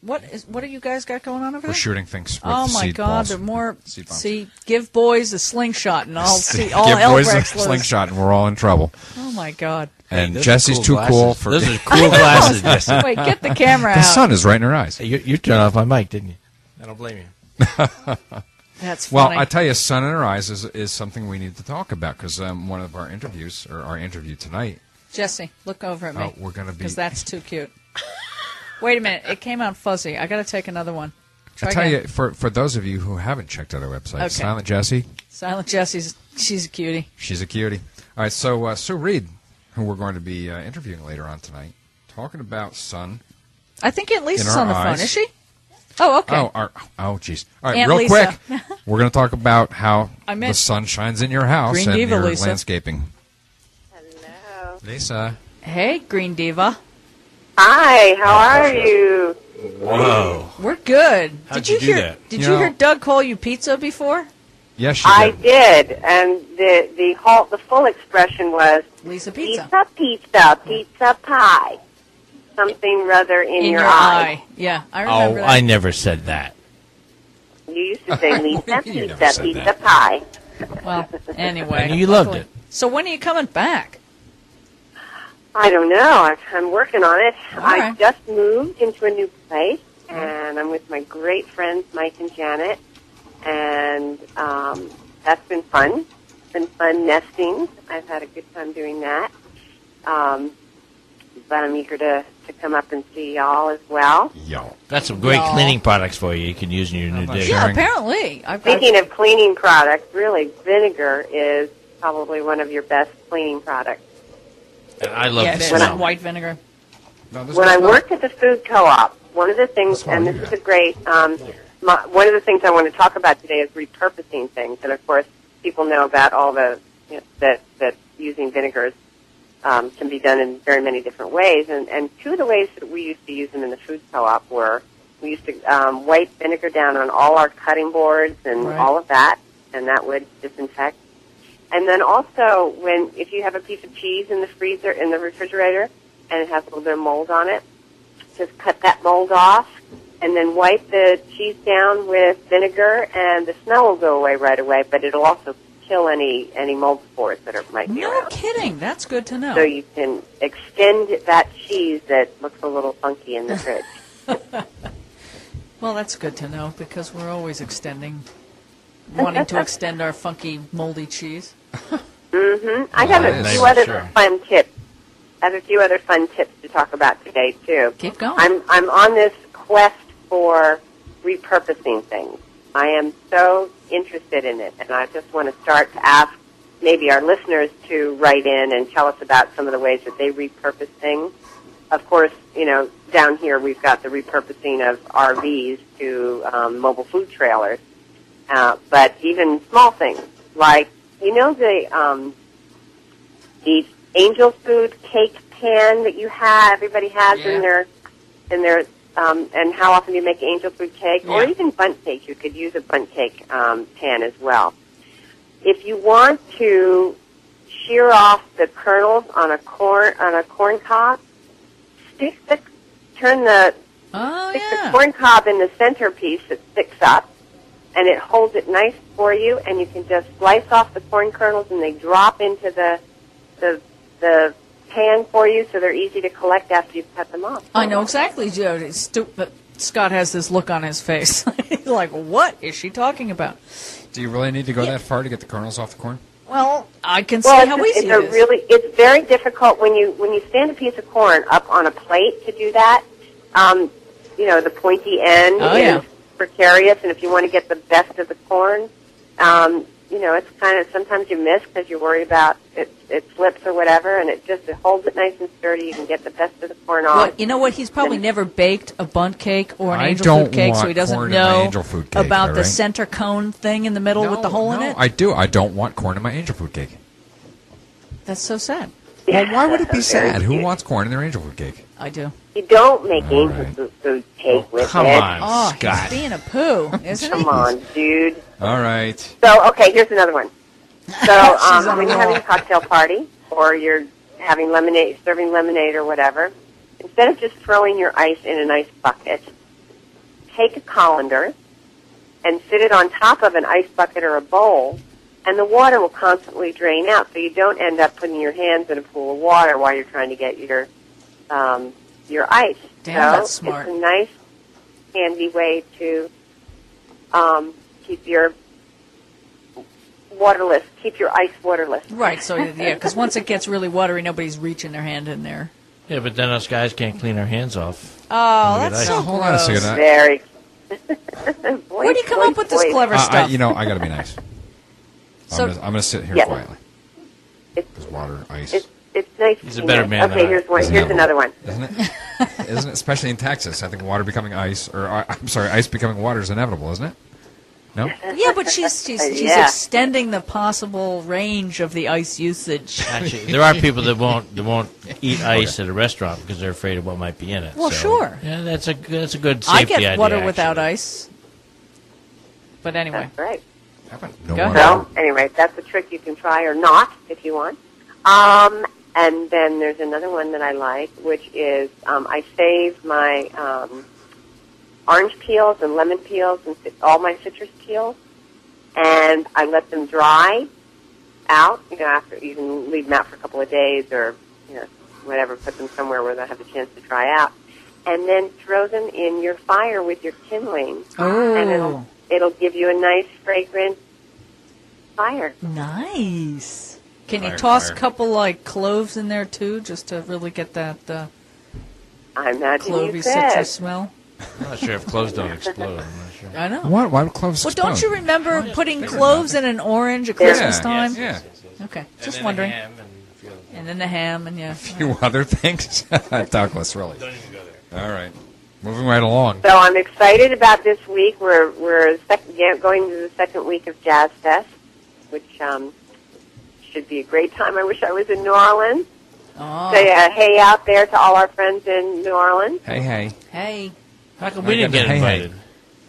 [SPEAKER 3] what is what do you guys got going on over
[SPEAKER 2] We're
[SPEAKER 3] there?
[SPEAKER 2] shooting things. With
[SPEAKER 3] Oh
[SPEAKER 2] the
[SPEAKER 3] my
[SPEAKER 2] seed
[SPEAKER 3] God,
[SPEAKER 2] balls.
[SPEAKER 3] they're more.
[SPEAKER 2] Seed bombs.
[SPEAKER 3] See, give boys a slingshot,
[SPEAKER 2] (laughs)
[SPEAKER 3] and I'll see all
[SPEAKER 2] Give
[SPEAKER 3] hell
[SPEAKER 2] boys a
[SPEAKER 3] breaks
[SPEAKER 2] (laughs)
[SPEAKER 3] loose.
[SPEAKER 2] slingshot, and we're all in trouble.
[SPEAKER 3] Oh my God!
[SPEAKER 2] And
[SPEAKER 5] Those are
[SPEAKER 2] Jesse's
[SPEAKER 5] cool
[SPEAKER 2] too
[SPEAKER 5] glasses.
[SPEAKER 2] cool for.
[SPEAKER 5] (laughs) Those are cool
[SPEAKER 3] (laughs)
[SPEAKER 5] glasses, Jesse.
[SPEAKER 3] Wait, get the camera
[SPEAKER 2] the
[SPEAKER 3] out.
[SPEAKER 2] sun is right in her eyes.
[SPEAKER 5] Hey, You, you turned off my mic, didn't you? I don't blame you.
[SPEAKER 3] That's
[SPEAKER 2] Well,
[SPEAKER 3] funny.
[SPEAKER 2] I tell you, Sun in Our Eyes is, is something we need to talk about because um, one of our interviews, or our interview tonight,
[SPEAKER 3] Jesse, look over at me.
[SPEAKER 2] Oh, we're gonna be-
[SPEAKER 3] because that's too cute. Wait a minute, it came out fuzzy. I got to take another one. Try
[SPEAKER 2] I tell
[SPEAKER 3] again.
[SPEAKER 2] you, for, for those of you who haven't checked out our website,
[SPEAKER 3] Okay.
[SPEAKER 2] Silent Jessie,
[SPEAKER 3] Silent Jesse's she's a cutie.
[SPEAKER 2] she's a cutie. All right, so uh, Sue Reed, who we're going to be uh, interviewing later on tonight, talking about sun.
[SPEAKER 3] I think Aunt
[SPEAKER 2] In
[SPEAKER 3] Lisa's
[SPEAKER 2] our
[SPEAKER 3] on the phone.
[SPEAKER 2] eyes.
[SPEAKER 3] Is she? Oh, okay.
[SPEAKER 2] Oh, our, oh, jeez. All right,
[SPEAKER 3] Aunt
[SPEAKER 2] real
[SPEAKER 3] Lisa. (laughs)
[SPEAKER 2] quick, we're going to talk about how
[SPEAKER 3] I
[SPEAKER 2] the
[SPEAKER 3] meant-
[SPEAKER 2] sun shines in your house
[SPEAKER 3] Green
[SPEAKER 2] and
[SPEAKER 3] Diva,
[SPEAKER 2] your
[SPEAKER 3] Lisa.
[SPEAKER 2] landscaping.
[SPEAKER 6] Hello.
[SPEAKER 2] Lisa, Uh,
[SPEAKER 3] Hey, Green Diva.
[SPEAKER 6] Hi, how are you?
[SPEAKER 5] Whoa.
[SPEAKER 3] We're good.
[SPEAKER 5] How'd
[SPEAKER 3] did you,
[SPEAKER 5] you do
[SPEAKER 3] hear?
[SPEAKER 5] that?
[SPEAKER 3] Did
[SPEAKER 2] You
[SPEAKER 3] you,
[SPEAKER 2] know-
[SPEAKER 3] hear Doug call you pizza before?
[SPEAKER 2] Yes, she
[SPEAKER 6] I
[SPEAKER 2] did.
[SPEAKER 6] did, and the the whole the full expression was
[SPEAKER 3] Lisa Pizza.
[SPEAKER 6] pizza, pizza pie, something rather in,
[SPEAKER 3] Yeah, I
[SPEAKER 5] Oh,
[SPEAKER 3] remember that.
[SPEAKER 5] I never said that.
[SPEAKER 6] You used to say Lisa
[SPEAKER 2] (laughs) You never
[SPEAKER 6] pizza,
[SPEAKER 2] said
[SPEAKER 6] pizza
[SPEAKER 2] that.
[SPEAKER 6] pie.
[SPEAKER 3] Well, anyway,
[SPEAKER 5] And you loved
[SPEAKER 3] luckily-
[SPEAKER 5] it.
[SPEAKER 3] So when are you coming back?
[SPEAKER 6] I don't know. I- I'm working on it.
[SPEAKER 3] All
[SPEAKER 6] I
[SPEAKER 3] right. Mm-hmm.
[SPEAKER 6] just moved into a new place, and I'm with my great friends Mike and Janet, and um, that's been fun. It's been fun nesting. I've had a good time doing that. Um, but I'm eager to, to come up and see y'all as well.
[SPEAKER 2] Yo.
[SPEAKER 5] That's some great
[SPEAKER 3] No.
[SPEAKER 5] cleaning products for you. You can use in your new
[SPEAKER 2] not
[SPEAKER 5] dish.
[SPEAKER 2] sure.
[SPEAKER 3] Yeah,
[SPEAKER 2] Sharing.
[SPEAKER 3] apparently. I've,
[SPEAKER 6] Speaking of cleaning products, really, vinegar is probably one of your best cleaning products.
[SPEAKER 5] I love
[SPEAKER 3] yeah,
[SPEAKER 5] the
[SPEAKER 3] it is.
[SPEAKER 5] smell.
[SPEAKER 3] white vinegar.
[SPEAKER 2] No, this
[SPEAKER 6] when
[SPEAKER 2] was
[SPEAKER 6] I
[SPEAKER 2] not-
[SPEAKER 6] worked at the food co-op, one of the things,
[SPEAKER 2] That's why
[SPEAKER 6] and
[SPEAKER 2] we
[SPEAKER 6] this
[SPEAKER 2] do
[SPEAKER 6] is a
[SPEAKER 2] that.
[SPEAKER 6] great, um, my, one of the things I want to talk about today is repurposing things. And of course, people know about all the you know, that that using vinegars um, can be done in very many different ways. And and two of the ways that we used to use them in the food co-op were we used to um, wipe vinegar down on all our cutting boards and
[SPEAKER 3] Right.
[SPEAKER 6] all of that, and that would disinfect. And then also, when if you have a piece of cheese in the freezer in the refrigerator and it has a little bit of mold on it, just cut that mold off and then wipe the cheese down with vinegar, and the smell will go away right away. But it'll also kill any any mold spores that are, might be
[SPEAKER 3] No
[SPEAKER 6] around.
[SPEAKER 3] kidding. That's good to know.
[SPEAKER 6] So you can extend that cheese that looks a little funky in
[SPEAKER 3] (laughs)
[SPEAKER 6] the fridge.
[SPEAKER 3] well, that's good to know because we're always extending, wanting to extend our funky moldy cheese.
[SPEAKER 6] Mm-hmm. I have
[SPEAKER 2] Nice.
[SPEAKER 6] a few other
[SPEAKER 5] Sure.
[SPEAKER 6] fun tips. I have a few other fun tips to talk about today too.
[SPEAKER 3] Keep going.
[SPEAKER 6] I'm I'm on this quest for repurposing things. I am so interested in it, and I just want to start to ask maybe our listeners to write in and tell us about some of the ways that they repurpose things. Of course, you know, down here we've got the repurposing of RVs to um, mobile food trailers, uh, but even small things like you know the um, the angel food cake pan that you had, everybody has
[SPEAKER 3] Yeah.
[SPEAKER 6] in their in their um, and how often do you make angel food cake or
[SPEAKER 3] Yeah.
[SPEAKER 6] even bunt cake? You could use a bunt cake um, pan as well. If you want to shear off the kernels on a corn on a corn cob, stick the turn the
[SPEAKER 3] Oh,
[SPEAKER 6] stick the
[SPEAKER 3] yeah.
[SPEAKER 6] corn cob in the centerpiece that sticks up, and it holds it nice for you. And you can just slice off the corn kernels, and they drop into the the the pan for you, so they're easy to collect after you've cut them off.
[SPEAKER 3] I know exactly, Joe. It's stupid. Scott has this look on his face. (laughs) He's like, what is she talking about?
[SPEAKER 2] Do you really need to go that far to get the kernels off the corn?
[SPEAKER 3] Well, I can
[SPEAKER 6] Well,
[SPEAKER 3] see how
[SPEAKER 6] it's,
[SPEAKER 3] easy
[SPEAKER 6] it's
[SPEAKER 3] it
[SPEAKER 6] a
[SPEAKER 3] is.
[SPEAKER 6] really it's very difficult when you when you stand a piece of corn up on a plate to do that. Um, you know, the pointy end
[SPEAKER 3] Oh,
[SPEAKER 6] is
[SPEAKER 3] yeah.
[SPEAKER 6] precarious, and if you want to get the best of the corn, um, you know, it's kind of sometimes you miss because you worry about it it slips or whatever, and it just it holds it nice and sturdy. You can get the best of the corn off.
[SPEAKER 3] Well, you know what? He's probably never baked a bunt cake or an
[SPEAKER 2] I
[SPEAKER 3] angel
[SPEAKER 2] don't
[SPEAKER 3] food cake, so
[SPEAKER 2] want
[SPEAKER 3] he doesn't
[SPEAKER 2] corn in my
[SPEAKER 3] know
[SPEAKER 2] angel food cake,
[SPEAKER 3] about the
[SPEAKER 2] alright?
[SPEAKER 3] center cone thing in the middle with the hole in
[SPEAKER 2] no,
[SPEAKER 3] it.
[SPEAKER 2] I do. I don't want corn in my angel food cake.
[SPEAKER 3] That's so sad.
[SPEAKER 2] Well, why would it be
[SPEAKER 6] Very
[SPEAKER 2] sad? Who
[SPEAKER 6] cute.
[SPEAKER 2] wants corn in their angel food cake?
[SPEAKER 3] I do.
[SPEAKER 6] You don't make
[SPEAKER 2] All
[SPEAKER 6] angel
[SPEAKER 2] right.
[SPEAKER 6] food food cake with
[SPEAKER 5] Come
[SPEAKER 6] it.
[SPEAKER 5] on,
[SPEAKER 3] Oh,
[SPEAKER 5] Scott.
[SPEAKER 3] he's being a
[SPEAKER 2] (laughs)
[SPEAKER 3] poo, isn't he?
[SPEAKER 6] Come on, dude.
[SPEAKER 2] All right.
[SPEAKER 6] So, okay, here's another one.
[SPEAKER 3] (laughs)
[SPEAKER 6] So,
[SPEAKER 3] She's on
[SPEAKER 6] um, when
[SPEAKER 3] a
[SPEAKER 6] you're
[SPEAKER 3] roll.
[SPEAKER 6] having a cocktail party or you're having lemonade, serving lemonade or whatever, instead of just throwing your ice in an ice bucket, take a colander and sit it on top of an ice bucket or a bowl, and the water will constantly drain out, so you don't end up putting your hands in a pool of water while you're trying to get your um, your ice.
[SPEAKER 3] Damn,
[SPEAKER 6] so
[SPEAKER 3] that's smart.
[SPEAKER 6] It's a nice, handy way to um, keep your waterless, keep your ice waterless.
[SPEAKER 3] Right, so yeah, because once it gets really watery, nobody's reaching their hand in there.
[SPEAKER 5] Yeah, but then us guys can't clean our hands (laughs) off.
[SPEAKER 3] Oh,
[SPEAKER 5] Look at
[SPEAKER 3] that's
[SPEAKER 5] that.
[SPEAKER 3] so
[SPEAKER 2] Now, hold on a
[SPEAKER 3] gross.
[SPEAKER 2] second. I-
[SPEAKER 3] (laughs)
[SPEAKER 6] Very.
[SPEAKER 3] Where do you come up with this clever
[SPEAKER 2] I, I,
[SPEAKER 3] stuff?
[SPEAKER 2] you know, I got to be
[SPEAKER 3] (laughs)
[SPEAKER 2] nice.
[SPEAKER 3] So-
[SPEAKER 2] I'm going to sit here
[SPEAKER 6] Yeah.
[SPEAKER 2] quietly.
[SPEAKER 6] It's,
[SPEAKER 2] There's water, ice.
[SPEAKER 6] it's, it's nice.
[SPEAKER 5] He's a
[SPEAKER 6] you
[SPEAKER 5] better
[SPEAKER 6] know.
[SPEAKER 5] man
[SPEAKER 6] Okay,
[SPEAKER 5] than I-
[SPEAKER 6] here's one.
[SPEAKER 2] Isn't
[SPEAKER 6] Here's
[SPEAKER 2] that-
[SPEAKER 5] (laughs)
[SPEAKER 6] another one.
[SPEAKER 2] Isn't it? uh, (laughs) isn't it? Especially in Texas, I think water becoming ice, or I- I'm sorry, ice becoming water is inevitable, isn't it? No?
[SPEAKER 3] Yeah, but she's she's, she's
[SPEAKER 6] Yeah.
[SPEAKER 3] extending the possible range of the ice usage.
[SPEAKER 5] Actually, there are people that won't that won't (laughs) eat ice at a restaurant because they're afraid of what might be in it.
[SPEAKER 3] Well,
[SPEAKER 5] so-
[SPEAKER 3] sure.
[SPEAKER 5] Yeah, that's a good- that's a good
[SPEAKER 3] I
[SPEAKER 5] safety
[SPEAKER 3] get
[SPEAKER 5] idea,
[SPEAKER 3] water without
[SPEAKER 5] actually.
[SPEAKER 3] ice. But anyway,
[SPEAKER 6] That's right.
[SPEAKER 2] No
[SPEAKER 3] Go
[SPEAKER 2] one-
[SPEAKER 3] ahead.
[SPEAKER 6] So anyway, that's a trick you can try or not if you want. Um, and then there's another one that I like, which is um, I save my um, orange peels and lemon peels and ci- all my citrus peels, and I let them dry out. You know, after you can leave them out for a couple of days or you know whatever, put them somewhere where they'll have a chance to dry out, and then throw them in your fire with your kindling, and it'll
[SPEAKER 3] oh,
[SPEAKER 6] it'll give you a nice fragrant fire.
[SPEAKER 3] nice. Can you
[SPEAKER 2] Fire,
[SPEAKER 3] toss
[SPEAKER 2] fire.
[SPEAKER 3] a couple like cloves in there too, just to really get that uh,
[SPEAKER 6] I imagine
[SPEAKER 3] clovey
[SPEAKER 6] you
[SPEAKER 3] citrus
[SPEAKER 6] could.
[SPEAKER 3] smell?
[SPEAKER 5] I'm not sure if clothes don't explode. I'm not sure.
[SPEAKER 3] I know.
[SPEAKER 2] What? Why would cloves
[SPEAKER 3] Well,
[SPEAKER 2] (laughs)
[SPEAKER 3] don't
[SPEAKER 2] explode?
[SPEAKER 3] you remember putting cloves in an orange at Christmas
[SPEAKER 2] Yeah.
[SPEAKER 3] time?
[SPEAKER 2] Yes,
[SPEAKER 3] Okay, just wondering. And then the ham, and yeah.
[SPEAKER 2] few other things. (laughs) Douglas, really. Don't even go there. All right. Moving right along.
[SPEAKER 6] So I'm excited about this week. We're we're sec- yeah, going to the second week of Jazz Fest, which um, should be a great time. I wish I was in New Orleans.
[SPEAKER 3] Oh,
[SPEAKER 6] Say uh, hey out there to all our friends in New Orleans.
[SPEAKER 2] Hey, hey.
[SPEAKER 3] hey.
[SPEAKER 5] How come
[SPEAKER 2] I
[SPEAKER 5] we didn't
[SPEAKER 2] got
[SPEAKER 5] get
[SPEAKER 2] the hey, hey.
[SPEAKER 5] invited?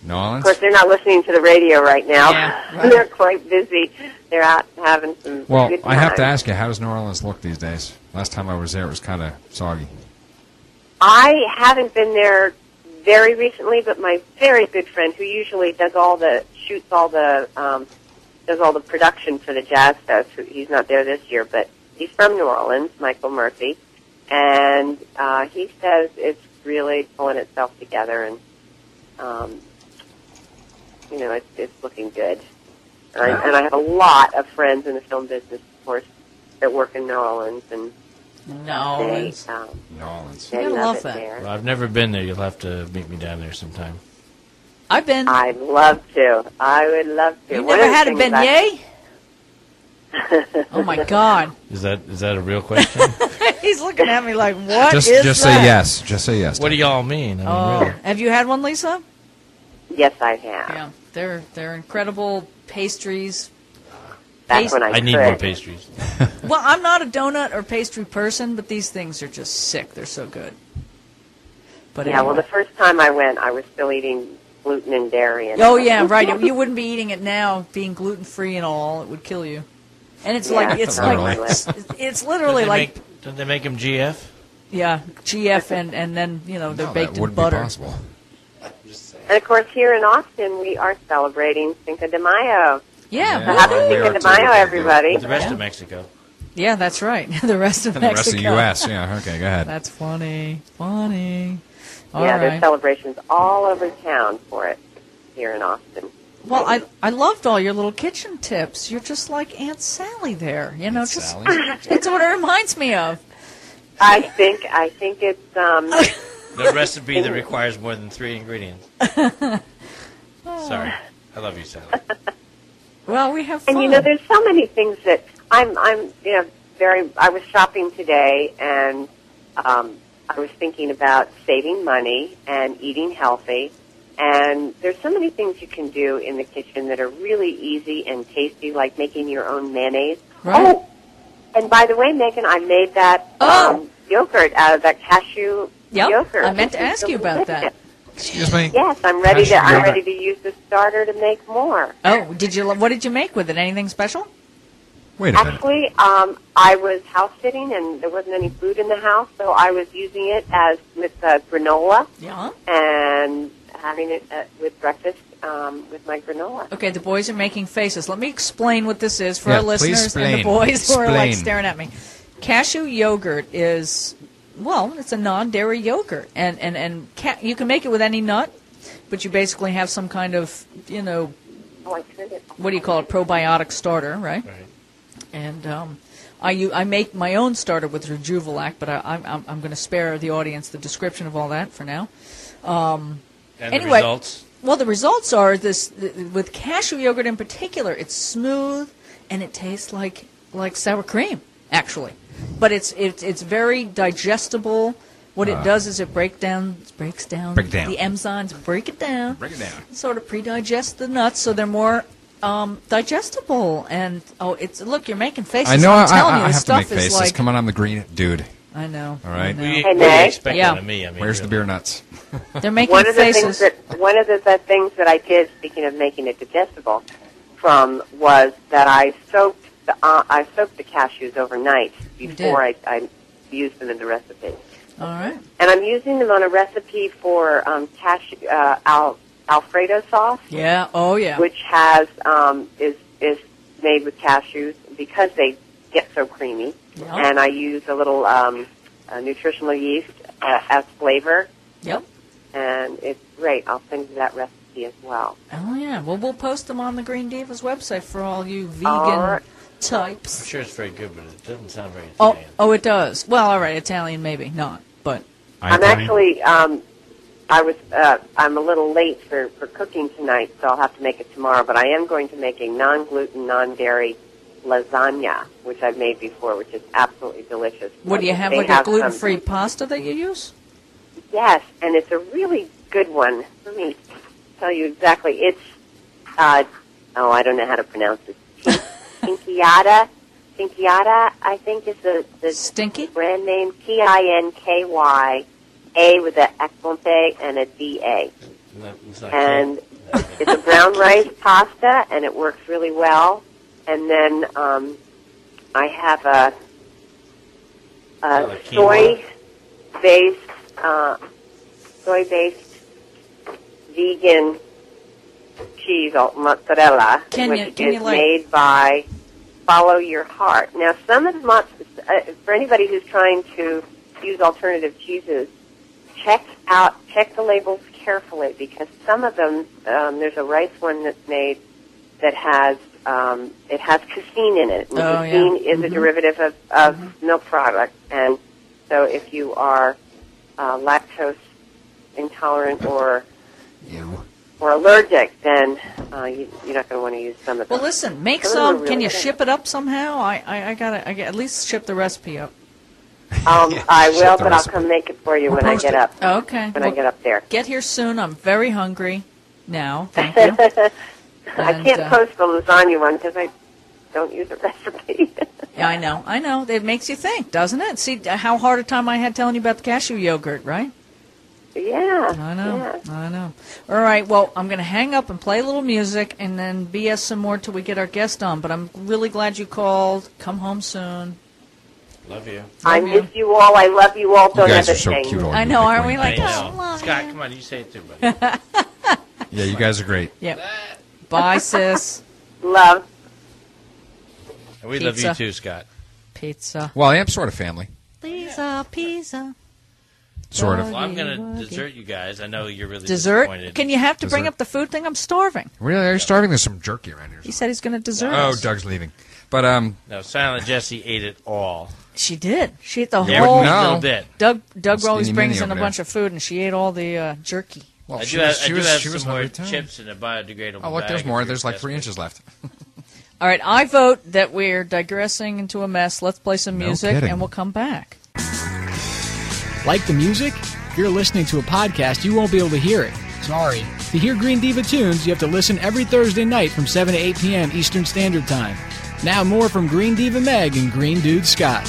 [SPEAKER 2] New
[SPEAKER 6] Of
[SPEAKER 2] Orleans?
[SPEAKER 6] course, they're not listening to the radio right now. (laughs)
[SPEAKER 3] Yeah, right.
[SPEAKER 6] they're quite busy. They're out having some.
[SPEAKER 2] Well,
[SPEAKER 6] good
[SPEAKER 2] I have to
[SPEAKER 6] time.
[SPEAKER 2] ask you, how does New Orleans look these days? Last time I was there, it was kind of soggy.
[SPEAKER 6] I haven't been there very recently, but my very good friend, who usually does all the shoots, all the um, does all the production for the jazz fest. Who, he's not there this year, but he's from New Orleans, Michael Murphy, and uh, he says it's really pulling itself together, and um, you know it's, it's looking good. And I, and I have a lot of friends in the film business, of course, that work in New Orleans, and
[SPEAKER 3] No.
[SPEAKER 6] they um,
[SPEAKER 2] New Orleans.
[SPEAKER 6] they
[SPEAKER 3] I
[SPEAKER 6] love,
[SPEAKER 3] love
[SPEAKER 6] it
[SPEAKER 3] that.
[SPEAKER 6] there.
[SPEAKER 5] Well, I've never been there. You'll have to meet me down there sometime.
[SPEAKER 3] I've been.
[SPEAKER 6] I'd love to. I would love to.
[SPEAKER 3] You
[SPEAKER 6] One
[SPEAKER 3] never
[SPEAKER 6] of the
[SPEAKER 3] had a
[SPEAKER 6] things I-
[SPEAKER 3] beignet? oh (laughs) my God!
[SPEAKER 5] Is that is that a real question?
[SPEAKER 3] He's looking at me like, what
[SPEAKER 2] just
[SPEAKER 3] is
[SPEAKER 2] just
[SPEAKER 3] that?
[SPEAKER 2] say yes. Just say yes.
[SPEAKER 5] (laughs) what do y'all mean? I mean,
[SPEAKER 3] Oh,
[SPEAKER 5] really.
[SPEAKER 3] have you had one, Lisa?
[SPEAKER 6] Yes, I have.
[SPEAKER 3] Yeah, they're they're incredible pastries.
[SPEAKER 6] That's when I,
[SPEAKER 5] I need
[SPEAKER 6] could.
[SPEAKER 5] more pastries.
[SPEAKER 3] Well, I'm not a donut or pastry person, but these things are just sick. They're so good. But
[SPEAKER 6] Yeah. Well, the
[SPEAKER 3] anyway.
[SPEAKER 6] first time I went, I was still eating gluten and dairy. And
[SPEAKER 3] oh yeah, right. You wouldn't be eating it now, being gluten free and all. It would kill you. And it's
[SPEAKER 6] Yeah,
[SPEAKER 3] like it's like
[SPEAKER 2] literally.
[SPEAKER 3] it's, it's
[SPEAKER 5] Don't
[SPEAKER 3] literally
[SPEAKER 5] they
[SPEAKER 3] like
[SPEAKER 5] make, don't they make them GF?
[SPEAKER 3] yeah, GF and and then you know they're
[SPEAKER 2] No,
[SPEAKER 3] baked
[SPEAKER 2] Oh, that
[SPEAKER 3] in
[SPEAKER 2] wouldn't be
[SPEAKER 3] butter.
[SPEAKER 2] possible.
[SPEAKER 6] And of course, here in Austin, we are celebrating Cinco de Mayo.
[SPEAKER 2] Yeah.
[SPEAKER 3] Yeah,
[SPEAKER 6] So
[SPEAKER 3] yeah.
[SPEAKER 6] happy
[SPEAKER 2] well, we
[SPEAKER 6] Cinco
[SPEAKER 2] are
[SPEAKER 6] de
[SPEAKER 2] too.
[SPEAKER 6] Mayo, everybody!
[SPEAKER 5] The rest
[SPEAKER 3] Yeah.
[SPEAKER 5] of Mexico.
[SPEAKER 3] that's right. (laughs) the rest of
[SPEAKER 2] And the
[SPEAKER 3] Mexico.
[SPEAKER 2] rest of U.S. Yeah. Okay. Go ahead.
[SPEAKER 3] That's funny, funny. All right.
[SPEAKER 6] yeah, there's celebrations all over town for it here in Austin.
[SPEAKER 3] Well, I I loved all your little kitchen tips. You're just like Aunt Sally there. You know, just
[SPEAKER 2] Sally?
[SPEAKER 3] (laughs) it's what it reminds me of.
[SPEAKER 6] I think I think it's um,
[SPEAKER 3] (laughs)
[SPEAKER 5] No recipe that requires more than three (laughs) ingredients. Sorry. I love you,
[SPEAKER 6] (laughs)
[SPEAKER 5] Sally.
[SPEAKER 3] Well, we have fun.
[SPEAKER 6] And you know, there's so many things that I'm, I'm, you know, very. I was shopping today, and um, I was thinking about saving money and eating healthy. And there's so many things you can do in the kitchen that are really easy and tasty, like making your own mayonnaise.
[SPEAKER 3] Right.
[SPEAKER 6] Oh, and by the way, Megan, I made that
[SPEAKER 3] Oh.
[SPEAKER 6] um, yogurt out of that cashew
[SPEAKER 3] Yep,
[SPEAKER 6] yogurt.
[SPEAKER 3] I meant to
[SPEAKER 6] It's
[SPEAKER 3] ask you about that.
[SPEAKER 6] delicious.
[SPEAKER 2] Excuse me.
[SPEAKER 6] Yes, I'm ready to.
[SPEAKER 2] Cashew
[SPEAKER 6] I'm
[SPEAKER 2] yogurt.
[SPEAKER 6] ready to use the starter to make more.
[SPEAKER 3] oh, did you? lo- What did you make with it? Anything special?
[SPEAKER 2] Wait a minute.
[SPEAKER 6] Actually, um, I was house sitting and there wasn't any food in the house, so I was using it as with uh, granola
[SPEAKER 3] Yeah.
[SPEAKER 6] and having it uh, with breakfast um, with my granola.
[SPEAKER 3] Okay, the boys are making faces. Let me explain what this is for
[SPEAKER 2] Yeah,
[SPEAKER 3] our
[SPEAKER 2] please
[SPEAKER 3] listeners and the
[SPEAKER 2] explain.
[SPEAKER 3] boys who are like
[SPEAKER 2] Explain.
[SPEAKER 3] staring at me. Cashew yogurt is, well, it's a non-dairy yogurt, and and and ca- you can make it with any nut, but you basically have some kind of you know
[SPEAKER 6] Oh, I turned it.
[SPEAKER 3] what do you call it probiotic starter, right?
[SPEAKER 5] Right.
[SPEAKER 3] And um, I u- I make my own starter with Rejuvelac, but I, I'm I'm, I'm going to spare the audience the description of all that for now.
[SPEAKER 5] And the
[SPEAKER 3] Anyway.
[SPEAKER 5] results?
[SPEAKER 3] Well, the results are this th- with cashew yogurt in particular. It's smooth and it tastes like like sour cream, actually, but it's it's it's very digestible What it does is it break down, breaks down,
[SPEAKER 2] Ah. Break down.
[SPEAKER 3] the enzymes, break it down,
[SPEAKER 2] Break it down.
[SPEAKER 3] sort of pre-digest the nuts so they're more um, digestible. And oh, it's look, you're making faces.
[SPEAKER 2] I know. I,
[SPEAKER 3] I'm telling
[SPEAKER 2] I,
[SPEAKER 3] you,
[SPEAKER 2] I
[SPEAKER 3] this
[SPEAKER 2] have to make
[SPEAKER 3] stuff
[SPEAKER 2] faces.
[SPEAKER 3] is like
[SPEAKER 2] Come on, I'm the green dude.
[SPEAKER 3] I know.
[SPEAKER 2] All right.
[SPEAKER 3] I know.
[SPEAKER 5] We,
[SPEAKER 6] Hey,
[SPEAKER 5] we
[SPEAKER 6] Meg.
[SPEAKER 5] expect
[SPEAKER 3] Yeah.
[SPEAKER 5] that of me. I mean,
[SPEAKER 2] Where's the
[SPEAKER 5] really.
[SPEAKER 2] beer nuts?
[SPEAKER 3] They're making
[SPEAKER 6] one of the
[SPEAKER 3] faces.
[SPEAKER 6] things that one of the, the things that I did, speaking of making it digestible, from was that I soaked the uh, I soaked the cashews overnight
[SPEAKER 3] did.
[SPEAKER 6] before I, I used them in the recipe,
[SPEAKER 3] All right.
[SPEAKER 6] and I'm using them on a recipe for um, cashew uh, al, Alfredo sauce,
[SPEAKER 3] Yeah. Oh yeah.
[SPEAKER 6] which has um, is is made with cashews because they get so creamy,
[SPEAKER 3] Yeah.
[SPEAKER 6] and I use a little um, uh, nutritional yeast uh, as flavor
[SPEAKER 3] Yep.
[SPEAKER 6] and it's great. I'll send you that recipe as well.
[SPEAKER 3] Oh yeah. Well, we'll post them on the Green Divas website for all you vegan
[SPEAKER 6] All right.
[SPEAKER 5] I'm
[SPEAKER 3] types.
[SPEAKER 5] sure it's very good, but it doesn't sound very
[SPEAKER 3] Oh,
[SPEAKER 5] Italian.
[SPEAKER 3] oh, it does. Well, all right, Italian maybe not, but
[SPEAKER 6] I'm actually, um, I was, uh, I'm a little late for, for cooking tonight, so I'll have to make it tomorrow. But I am going to make a non-gluten, non-dairy lasagna, which I've made before, which is absolutely delicious.
[SPEAKER 3] what do you have
[SPEAKER 6] They
[SPEAKER 3] like a
[SPEAKER 6] some-
[SPEAKER 3] gluten-free pasta that you use?
[SPEAKER 6] Yes, and it's a really good one. Let me tell you exactly. It's, uh, oh, I don't know how to pronounce it. Tinkiata, Tinkiata, I think is the, the
[SPEAKER 3] Stinky.
[SPEAKER 6] brand name T I N K Y A with an accente and a D A.
[SPEAKER 5] It's not- it's not
[SPEAKER 6] And
[SPEAKER 5] good.
[SPEAKER 6] it's a
[SPEAKER 5] (laughs)
[SPEAKER 6] brown rice pasta, and it works really well. And then um, I have a, a
[SPEAKER 5] Like quinoa?
[SPEAKER 6] soy based uh, soy based vegan cheese or mozzarella,
[SPEAKER 3] Can you-
[SPEAKER 6] which
[SPEAKER 3] can
[SPEAKER 6] is
[SPEAKER 3] you, like-
[SPEAKER 6] made by Follow Your Heart. Now, some of the mozz- uh, for anybody who's trying to use alternative cheeses, check out check the labels carefully because some of them um, there's a rice one that's made that has um, it has casein in it. And
[SPEAKER 3] Oh, yeah. Mm-hmm.
[SPEAKER 6] casein is a derivative of, of milk product, and so if you are uh, lactose intolerant or or allergic, then uh, you, you're not going to want to use some of them.
[SPEAKER 3] Well, listen, make
[SPEAKER 6] Those are
[SPEAKER 3] some.
[SPEAKER 6] really
[SPEAKER 3] Can you
[SPEAKER 6] good.
[SPEAKER 3] ship it up somehow? I, I, I gotta, I gotta at least ship the recipe up.
[SPEAKER 6] um, I
[SPEAKER 2] ship
[SPEAKER 6] will,
[SPEAKER 2] the
[SPEAKER 6] but I'll
[SPEAKER 2] recipe.
[SPEAKER 6] come make it for you when I
[SPEAKER 3] Post
[SPEAKER 6] get
[SPEAKER 3] it. Oh.
[SPEAKER 6] up.
[SPEAKER 3] Okay.
[SPEAKER 6] When I
[SPEAKER 3] Well,
[SPEAKER 6] get up there.
[SPEAKER 3] Get here soon. I'm very hungry
[SPEAKER 6] (laughs)
[SPEAKER 3] now. Thank you.
[SPEAKER 6] I
[SPEAKER 3] And,
[SPEAKER 6] can't
[SPEAKER 3] uh,
[SPEAKER 6] post the lasagna one because I don't use a (laughs) recipe.
[SPEAKER 3] Yeah, I know. I know. It makes you think, doesn't it? See uh, how hard a time I had telling you about the cashew yogurt, right?
[SPEAKER 6] yeah.
[SPEAKER 3] I know.
[SPEAKER 6] Yeah.
[SPEAKER 3] I know. All right. Well, I'm going to hang up and play a little music and then BS some more till we get our guest on. But I'm really glad you called. Come home soon.
[SPEAKER 5] Love you.
[SPEAKER 6] I
[SPEAKER 3] Love you.
[SPEAKER 6] miss you all. I love you all.
[SPEAKER 2] You
[SPEAKER 6] Don't
[SPEAKER 2] guys
[SPEAKER 6] ever
[SPEAKER 2] are so
[SPEAKER 6] change.
[SPEAKER 2] cute. all
[SPEAKER 3] I
[SPEAKER 2] you
[SPEAKER 3] know,
[SPEAKER 2] big
[SPEAKER 3] aren't we?
[SPEAKER 2] green
[SPEAKER 3] Like,
[SPEAKER 2] dudes.
[SPEAKER 3] oh, love
[SPEAKER 5] Scott, come on, you say it too, (laughs) buddy.
[SPEAKER 2] Yeah, you guys are great.
[SPEAKER 3] Yep. Bye, sis.
[SPEAKER 6] Love.
[SPEAKER 5] And we love you
[SPEAKER 3] Pizza.
[SPEAKER 5] too, Scott.
[SPEAKER 3] Pizza.
[SPEAKER 2] Well, I am sort of family.
[SPEAKER 3] Pizza. Pizza.
[SPEAKER 2] Sort
[SPEAKER 3] Doggy,
[SPEAKER 5] Well,
[SPEAKER 2] of.
[SPEAKER 5] I'm going to
[SPEAKER 3] woggy.
[SPEAKER 5] desert you guys. I know you're really
[SPEAKER 3] Dessert?
[SPEAKER 5] disappointed.
[SPEAKER 3] Can you have to bring
[SPEAKER 2] Dessert.
[SPEAKER 3] up the food thing? I'm starving.
[SPEAKER 2] Really, are you starving? There's some jerky around here.
[SPEAKER 3] He said he's going to dessert.
[SPEAKER 2] Oh,
[SPEAKER 3] us.
[SPEAKER 2] Doug's leaving. But um,
[SPEAKER 5] No, Silent Jesse ate it all.
[SPEAKER 3] She did. She ate the
[SPEAKER 5] Every
[SPEAKER 3] whole.
[SPEAKER 2] no.
[SPEAKER 5] little bit.
[SPEAKER 3] Doug Doug
[SPEAKER 2] Skinny
[SPEAKER 3] always brings
[SPEAKER 2] mini
[SPEAKER 3] in a
[SPEAKER 2] over
[SPEAKER 3] bunch
[SPEAKER 2] there.
[SPEAKER 3] of food, and she ate all the uh, jerky.
[SPEAKER 2] well,
[SPEAKER 5] I
[SPEAKER 2] she
[SPEAKER 5] do have,
[SPEAKER 2] was,
[SPEAKER 5] I
[SPEAKER 2] she
[SPEAKER 5] do
[SPEAKER 2] was,
[SPEAKER 5] have
[SPEAKER 2] she
[SPEAKER 5] some
[SPEAKER 2] was
[SPEAKER 5] more
[SPEAKER 2] hungry too.
[SPEAKER 5] chips in a biodegradable
[SPEAKER 2] Oh, look,
[SPEAKER 5] bag
[SPEAKER 2] there's
[SPEAKER 5] if
[SPEAKER 2] more.
[SPEAKER 5] you're
[SPEAKER 2] There's like three inches
[SPEAKER 5] desperate.
[SPEAKER 2] left.
[SPEAKER 3] All right, I vote that we're digressing into a mess. Let's play some
[SPEAKER 2] No
[SPEAKER 3] music,
[SPEAKER 2] kidding.
[SPEAKER 3] and we'll come back.
[SPEAKER 1] Like the music? If you're listening to a podcast, you won't be able to hear it. Sorry. To hear Green Diva tunes, you have to listen every Thursday night from 7 to 8 p.m. Eastern Standard Time. Now, more from Green Diva Meg and Green Dude Scott.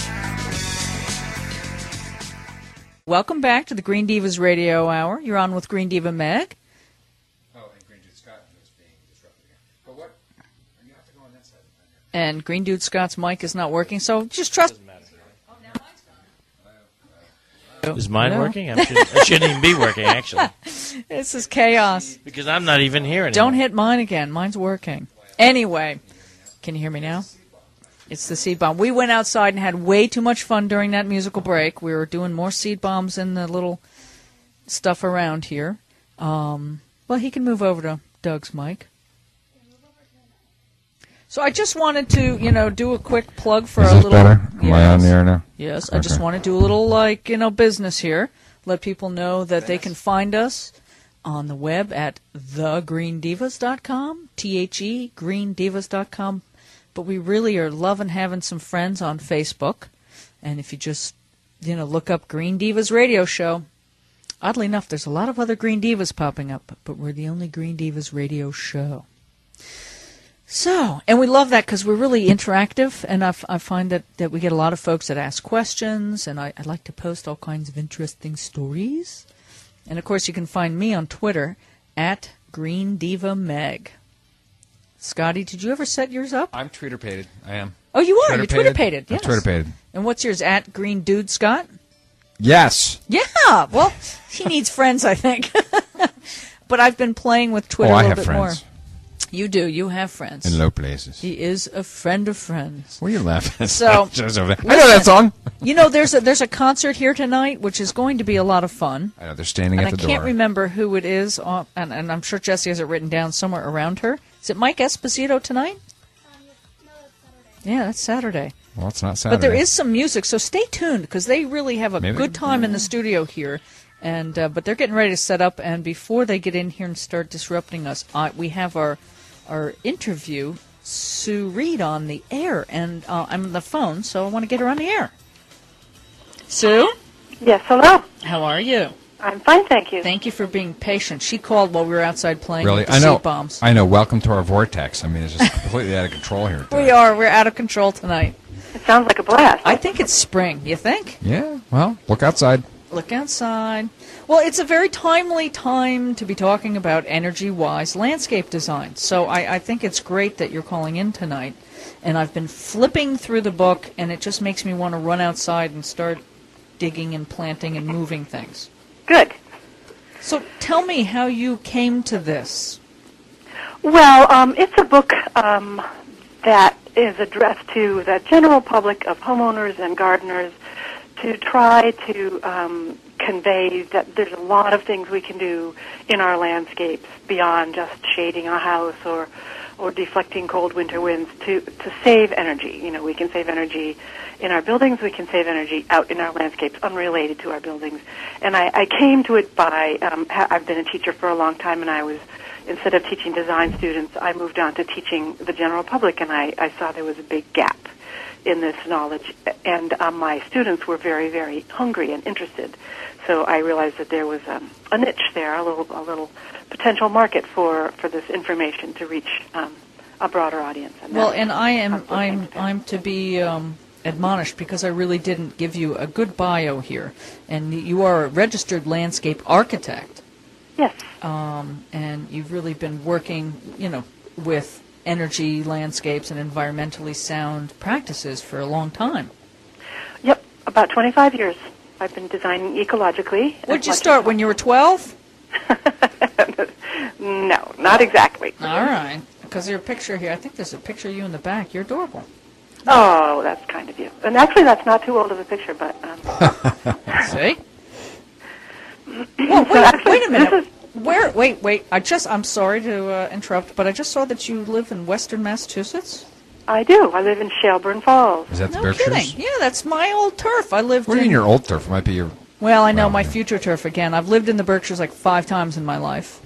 [SPEAKER 3] Welcome back to the Green Divas Radio Hour. You're on with Green Diva Meg.
[SPEAKER 2] Oh, and Green Dude Scott was being disrupted again. But what? You have to go on that side.
[SPEAKER 3] and Green Dude Scott's mic is not working, so just trust.
[SPEAKER 5] Is mine
[SPEAKER 3] No.
[SPEAKER 5] working? (laughs) I'm should, it shouldn't even be working, actually,
[SPEAKER 3] This is chaos.
[SPEAKER 5] because I'm not even here anymore.
[SPEAKER 3] Don't hit mine again. Mine's working. Anyway, can you hear me now? It's the seed bomb. We went outside and had way too much fun during that musical break. We were doing more seed bombs and the little stuff around here. Um, well, he can move over to Doug's mic. So I just wanted to, you know, do a quick plug for our little. Yes.
[SPEAKER 2] now?
[SPEAKER 3] Yes, I just want to do a little like you know business here. Let people know that they can find us on the web at thegreendivas.com, t h e greendivas.com. But we really are loving having some friends on Facebook, and if you just you know, look up Green Divas Radio Show. Oddly enough, there's a lot of other Green Divas popping up, but we're the only Green Divas Radio Show. So, and we love that because we're really interactive, and I, f- I find that, that we get a lot of folks that ask questions, and I, I like to post all kinds of interesting stories. And of course, you can find me on Twitter at Green Diva Meg. Scotty, did you ever set yours up?
[SPEAKER 2] I'm Twitter pated. I am.
[SPEAKER 3] Oh, you are. You're Twitter pated.
[SPEAKER 2] I'm
[SPEAKER 3] Yes.
[SPEAKER 2] Twitter pated.
[SPEAKER 3] And what's yours at Green Dude Scott?
[SPEAKER 2] Yes.
[SPEAKER 3] Yeah. Well, he
[SPEAKER 2] (laughs)
[SPEAKER 3] needs friends, I think. (laughs) but I've been playing with Twitter
[SPEAKER 2] oh,
[SPEAKER 3] a
[SPEAKER 2] I
[SPEAKER 3] little
[SPEAKER 2] have
[SPEAKER 3] bit
[SPEAKER 2] friends
[SPEAKER 3] more. You do. You have friends.
[SPEAKER 2] in low places.
[SPEAKER 3] he is a friend of friends.
[SPEAKER 2] What are you laughing at? (laughs)
[SPEAKER 3] So,
[SPEAKER 2] Just over there. I know that
[SPEAKER 3] listen.
[SPEAKER 2] song.
[SPEAKER 3] You know, there's a there's a concert here tonight, which is going to be a lot of fun.
[SPEAKER 2] I know they're standing
[SPEAKER 3] And
[SPEAKER 2] at
[SPEAKER 3] I
[SPEAKER 2] the
[SPEAKER 3] can't
[SPEAKER 2] door.
[SPEAKER 3] remember who it is, on, and, and I'm sure Jesse has it written down somewhere around her. Is it Mike Esposito tonight? Yeah, that's Saturday.
[SPEAKER 2] well, it's not Saturday.
[SPEAKER 3] But there is some music, so stay tuned because they really have a
[SPEAKER 2] Maybe-
[SPEAKER 3] good time in the studio here. And uh, but they're getting ready to set up, and before they get in here and start disrupting us, I, we have our our interview Sue Reed on the air, and uh, I'm on the phone, so I want to get her on the air. Sue,
[SPEAKER 7] Yes, hello.
[SPEAKER 3] how are you?
[SPEAKER 7] I'm fine, thank you.
[SPEAKER 3] Thank you for being patient. She called while we were outside playing
[SPEAKER 2] really.
[SPEAKER 3] with the
[SPEAKER 2] I know.
[SPEAKER 3] seat bombs.
[SPEAKER 2] I know. Welcome to our vortex. I mean, it's just completely out of control here.
[SPEAKER 3] we are. We're out of control tonight.
[SPEAKER 7] it sounds like a blast.
[SPEAKER 3] I think it's spring. You think?
[SPEAKER 2] Yeah. Well, look outside.
[SPEAKER 3] Look outside. Well, it's a very timely time to be talking about energy wise landscape design. So I, I think it's great that you're calling in tonight. And I've been flipping through the book, and it just makes me want to run outside and start digging and planting and moving things.
[SPEAKER 7] Good.
[SPEAKER 3] So tell me how you came to this.
[SPEAKER 7] Well, um, it's a book um, that is addressed to the general public of homeowners and gardeners to try to um, convey that there's a lot of things we can do in our landscapes beyond just shading our house or or deflecting cold winter winds to to save energy. You know, we can save energy in our buildings. We can save energy out in our landscapes, unrelated to our buildings. And I, I came to it by um, ha- I've been a teacher for a long time, and I was instead of teaching design students, I moved on to teaching the general public, and I, I saw there was a big gap in this knowledge. And um, my students were very, very hungry and interested. So I realized that there was um, a niche there, a little, a little potential market for, for this information to reach um, a broader audience. And
[SPEAKER 3] Well,
[SPEAKER 7] that-
[SPEAKER 3] and uh, I am
[SPEAKER 7] that's what came
[SPEAKER 3] I'm
[SPEAKER 7] to that.
[SPEAKER 3] I'm to be um, admonished because I really didn't give you a good bio here, and you are a registered landscape architect.
[SPEAKER 7] yes,
[SPEAKER 3] and you've really been working, you know, with energy landscapes and environmentally sound practices for a long time.
[SPEAKER 7] yep, about 25 years. I've been designing ecologically. as
[SPEAKER 3] Where'd you
[SPEAKER 7] much as
[SPEAKER 3] start when you were 12?
[SPEAKER 7] possible. No, not exactly.
[SPEAKER 3] All right, because there's a picture here. I think there's a picture of you in the back. You're adorable.
[SPEAKER 7] Oh, that's kind of you. And actually, that's not too old of a picture, but um,
[SPEAKER 3] See? Well, wait,
[SPEAKER 7] actually,
[SPEAKER 3] wait a minute.
[SPEAKER 7] this
[SPEAKER 3] Where? Wait, wait. I just. I'm sorry to uh, interrupt, but I just saw that you live in Western Massachusetts.
[SPEAKER 7] I do. I live in Shelburne Falls.
[SPEAKER 2] Is that the
[SPEAKER 3] No
[SPEAKER 2] Berkshires?
[SPEAKER 3] kidding. Yeah, that's my old turf. I lived
[SPEAKER 2] What do you
[SPEAKER 3] in
[SPEAKER 2] mean your old turf? Might be your.
[SPEAKER 3] Well, I know
[SPEAKER 2] Well,
[SPEAKER 3] my
[SPEAKER 2] yeah.
[SPEAKER 3] future turf again. I've lived in the Berkshires like five times in my life.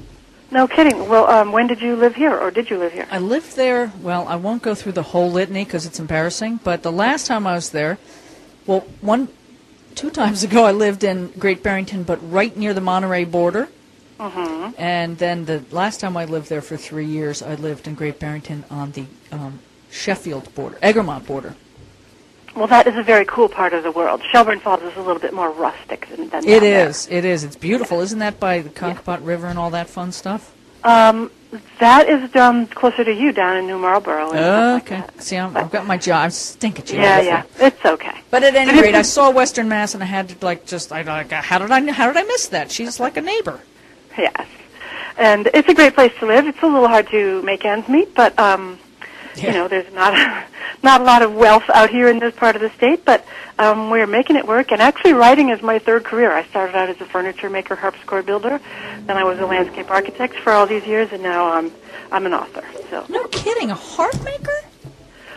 [SPEAKER 7] No kidding. Well, um, when did you live here, or did you live here?
[SPEAKER 3] I lived there. Well, I won't go through the whole litany because it's embarrassing. But the last time I was there, well, one, two times (laughs) ago, I lived in Great Barrington, but right near the Monterey border.
[SPEAKER 7] Mm-hmm.
[SPEAKER 3] And then the last time I lived there for three years, I lived in Great Barrington on the um, Sheffield border, Egremont border.
[SPEAKER 7] Well, that is a very cool part of the world. Shelburne Falls is a little bit more rustic than, than
[SPEAKER 3] It
[SPEAKER 7] down there.
[SPEAKER 3] is. It is. It's beautiful, isn't that by the Concopat River and all that fun stuff?
[SPEAKER 7] That is um, closer to you down in New Marlboro. and stuff
[SPEAKER 3] okay.
[SPEAKER 7] Like that.
[SPEAKER 3] See, I'm, I've got my job. I'm stinking. at you.
[SPEAKER 7] Yeah, yeah. It's okay.
[SPEAKER 3] But at any rate, I saw Western Mass, and I had to like just I like how did I how did I miss that? She's like a neighbor.
[SPEAKER 7] Yes. And it's a great place to live. It's a little hard to make ends meet, but um,
[SPEAKER 3] Yeah.
[SPEAKER 7] you know, there's not (laughs) not a lot of wealth out here in this part of the state. But um, we're making it work. And actually, writing is my third career. I started out as a furniture maker, harpsichord builder. Then I was a landscape architect for all these years, and now I'm I'm an author. So
[SPEAKER 3] No kidding, a harp maker,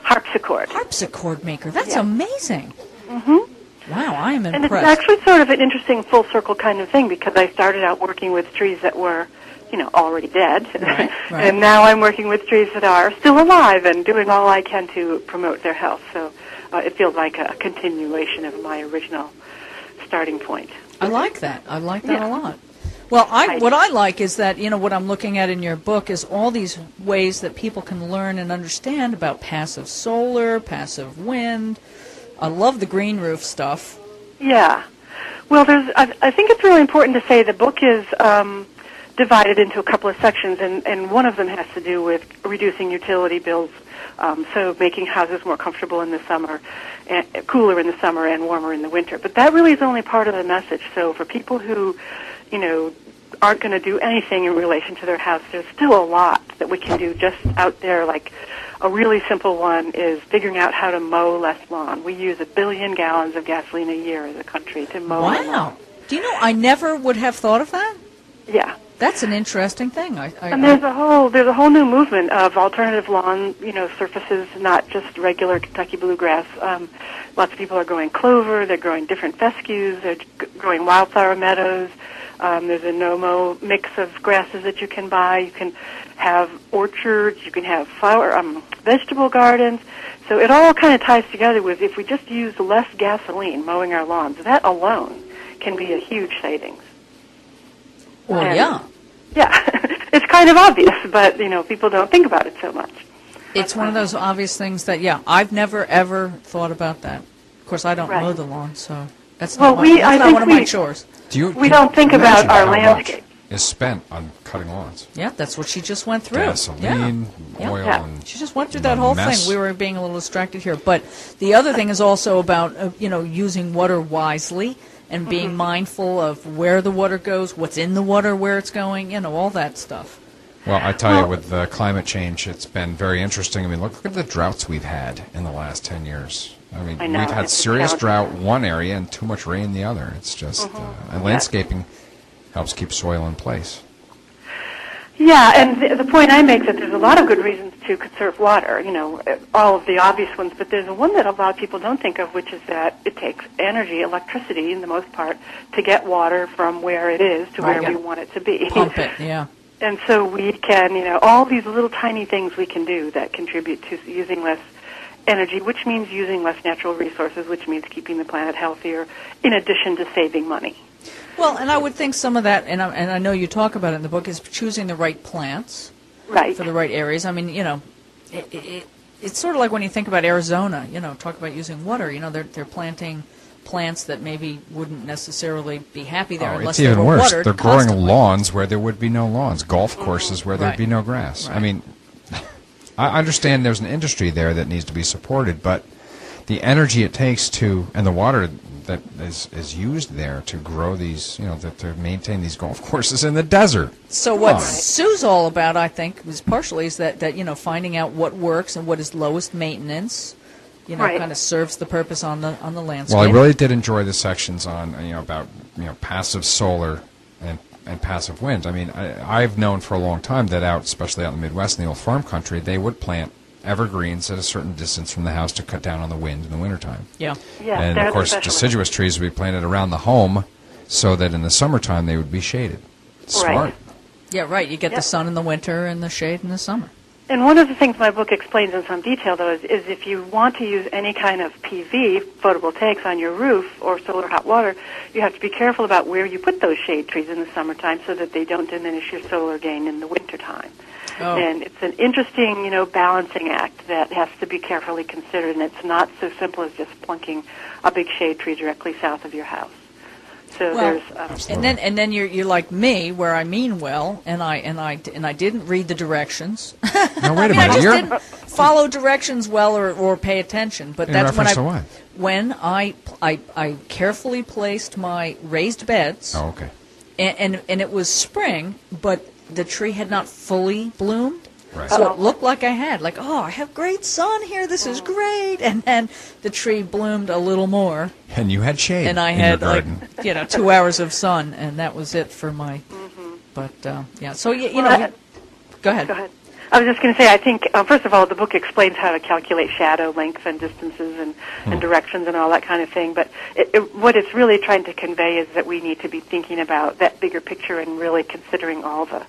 [SPEAKER 7] harpsichord.
[SPEAKER 3] harpsichord maker. That's amazing. Mm-hmm. Wow, I am
[SPEAKER 7] And it's
[SPEAKER 3] impressed.
[SPEAKER 7] actually sort of an interesting full circle kind of thing because I started out working with trees that were, you know, already dead.
[SPEAKER 3] Right, right.
[SPEAKER 7] (laughs) and now I'm working with trees that are still alive and doing all I can to promote their health. So uh, it feels like a continuation of my original starting point.
[SPEAKER 3] I like that. I like that
[SPEAKER 7] Yeah.
[SPEAKER 3] a lot. Well, I,
[SPEAKER 7] I-
[SPEAKER 3] what I like is that you know what I'm looking at in your book is all these ways that people can learn and understand about passive solar, passive wind. I love the green roof stuff.
[SPEAKER 7] Yeah. Well, there's. I, I think it's really important to say the book is um, divided into a couple of sections, and, and one of them has to do with reducing utility bills, um, so making houses more comfortable in the summer, and, cooler in the summer, and warmer in the winter. But that really is only part of the message. So for people who, you know, aren't going to do anything in relation to their house, there's still a lot that we can do just out there. Like a really simple one is figuring out how to mow less lawn. We use a billion gallons of gasoline a year as a country to mow. our
[SPEAKER 3] wow.
[SPEAKER 7] lawn.
[SPEAKER 3] Do you know I never would have thought of that?
[SPEAKER 7] Yeah.
[SPEAKER 3] That's an interesting thing. I, I,
[SPEAKER 7] And there's a whole there's a whole new movement of alternative lawn, you know, surfaces, not just regular Kentucky bluegrass. Um, lots of people are growing clover. They're growing different fescues. They're g- growing wildflower meadows. Um, there's a no-mow mix of grasses that you can buy. You can have orchards. You can have flower um, vegetable gardens. So it all kind of ties together with if we just use less gasoline mowing our lawns. That alone can be a huge savings.
[SPEAKER 3] well, yeah.
[SPEAKER 7] Yeah, (laughs) it's kind of obvious, but you know, people don't think about it so much.
[SPEAKER 3] It's one of those obvious things that yeah, I've never ever thought about that. Of course, I don't
[SPEAKER 7] Right.
[SPEAKER 3] mow the lawn, so that's
[SPEAKER 7] Well,
[SPEAKER 3] not, my,
[SPEAKER 7] we-
[SPEAKER 3] that's
[SPEAKER 7] I
[SPEAKER 3] not
[SPEAKER 7] think
[SPEAKER 3] one of my
[SPEAKER 7] we-
[SPEAKER 3] chores.
[SPEAKER 2] Do you,
[SPEAKER 7] We
[SPEAKER 2] can
[SPEAKER 7] don't think
[SPEAKER 2] you
[SPEAKER 7] about
[SPEAKER 2] imagine
[SPEAKER 7] our
[SPEAKER 2] how much
[SPEAKER 7] landscape.
[SPEAKER 2] Is spent on cutting lawns.
[SPEAKER 3] Yeah, that's what she just went through.
[SPEAKER 2] Gasoline,
[SPEAKER 3] Yeah.
[SPEAKER 2] oil,
[SPEAKER 7] Yeah.
[SPEAKER 2] and
[SPEAKER 3] She just went through
[SPEAKER 2] the
[SPEAKER 3] that whole
[SPEAKER 2] mess.
[SPEAKER 3] thing. We were being a little distracted here, but the other thing is also about uh, you know using water wisely and being
[SPEAKER 7] Mm-hmm.
[SPEAKER 3] mindful of where the water goes, what's in the water, where it's going, you know, all that stuff.
[SPEAKER 2] Well, I tell you, with the climate change, it's been very interesting. I mean, look, look at the droughts we've had in the last 10 years. I mean,
[SPEAKER 7] I know,
[SPEAKER 2] we've had
[SPEAKER 7] it's a
[SPEAKER 2] serious
[SPEAKER 7] challenge. Mm-hmm.
[SPEAKER 2] drought one area and too much rain the other. It's just, uh, and landscaping helps keep soil in place.
[SPEAKER 7] Yeah, and the, the point I make that there's a lot of good reasons to conserve water. You know, uh, all of the obvious ones, but there's one that a lot of people don't think of, which is that it takes energy, electricity, in the most part, to get water from where it is to
[SPEAKER 3] Right.
[SPEAKER 7] where we want it to be.
[SPEAKER 3] Pump it, yeah.
[SPEAKER 7] (laughs) And so we can, you know, all these little tiny things we can do that contribute to using less energy, which means using less natural resources, which means keeping the planet healthier, in addition to saving money.
[SPEAKER 3] Well, and I would think some of that, and I, and I know you talk about it in the book, is choosing the right plants.
[SPEAKER 7] Right.
[SPEAKER 3] for the right areas. I mean, you know, it, it- it, it's sort of like when you think about Arizona. You know, talk about using water. You know, they're they're planting plants that maybe wouldn't necessarily be happy there
[SPEAKER 2] Oh,
[SPEAKER 3] unless
[SPEAKER 2] it's
[SPEAKER 3] they
[SPEAKER 2] even
[SPEAKER 3] were
[SPEAKER 2] worse.
[SPEAKER 3] watered
[SPEAKER 2] They're growing
[SPEAKER 3] constantly.
[SPEAKER 2] lawns where there would be no lawns, golf courses where
[SPEAKER 3] Right.
[SPEAKER 2] there'd be no grass. I
[SPEAKER 3] Right.
[SPEAKER 2] mean, (laughs) I understand there's an industry there that needs to be supported, but the energy it takes to and the water that is is used there to grow these, you know, that to maintain these golf (laughs) courses in the desert.
[SPEAKER 3] So what Sue's all about, I think, is partially is that that you know finding out what works and what is lowest maintenance. You know,
[SPEAKER 7] Right.
[SPEAKER 3] kind of serves the purpose on the on the landscape.
[SPEAKER 2] Well, I really did enjoy the sections on you know about you know passive solar and and passive wind. I mean, I, I've known for a long time that out, especially out in the Midwest, in the old farm country, they would plant evergreens at a certain distance from the house to cut down on the wind in the wintertime.
[SPEAKER 3] yeah.
[SPEAKER 7] yeah,
[SPEAKER 2] and
[SPEAKER 7] they're
[SPEAKER 2] of
[SPEAKER 7] the
[SPEAKER 2] course,
[SPEAKER 7] specialists.
[SPEAKER 2] deciduous trees would be planted around the home so that in the summertime they would be shaded. Smart.
[SPEAKER 7] Right.
[SPEAKER 3] Yeah, right. You get
[SPEAKER 7] Yeah.
[SPEAKER 3] the sun in the winter and the shade in the summer.
[SPEAKER 7] And one of the things my book explains in some detail, though, is, is if you want to use any kind of PV, photovoltaics, on your roof or solar hot water, you have to be careful about where you put those shade trees in the summertime so that they don't diminish your solar gain in the wintertime.
[SPEAKER 3] Oh.
[SPEAKER 7] And it's an interesting, you know, balancing act that has to be carefully considered, and it's not so simple as just plunking a big shade tree directly south of your house. So
[SPEAKER 3] Well,
[SPEAKER 7] there's... Um,
[SPEAKER 3] And then, and then you're you're like me, where I mean well, and I and I and I didn't read the directions. (laughs)
[SPEAKER 2] Now wait a
[SPEAKER 3] I mean, I
[SPEAKER 2] minute.
[SPEAKER 3] just
[SPEAKER 2] You're
[SPEAKER 3] didn't follow directions well or, or pay attention. But
[SPEAKER 2] In
[SPEAKER 3] that's when
[SPEAKER 2] reference
[SPEAKER 3] I
[SPEAKER 2] to what?
[SPEAKER 3] when I, I I carefully placed my raised beds,
[SPEAKER 2] oh okay.
[SPEAKER 3] and, and and it was spring, but the tree had not fully bloomed.
[SPEAKER 2] Right.
[SPEAKER 3] So it looked like I had, like, oh, I have great sun here. This is great. And then the tree bloomed a little more,
[SPEAKER 2] And you had shade
[SPEAKER 3] and I
[SPEAKER 2] in
[SPEAKER 3] had
[SPEAKER 2] your
[SPEAKER 3] like
[SPEAKER 2] garden.
[SPEAKER 3] you know two hours of sun, and that was it for my. But uh, yeah, so you, you know,
[SPEAKER 7] Well,
[SPEAKER 3] you-
[SPEAKER 7] I-
[SPEAKER 3] go ahead.
[SPEAKER 7] Go ahead. I was just going to say, I think, uh, first of all, the book explains how to calculate shadow length and distances and, and directions and all that kind of thing. But it, it, what it's really trying to convey is that we need to be thinking about that bigger picture and really considering all the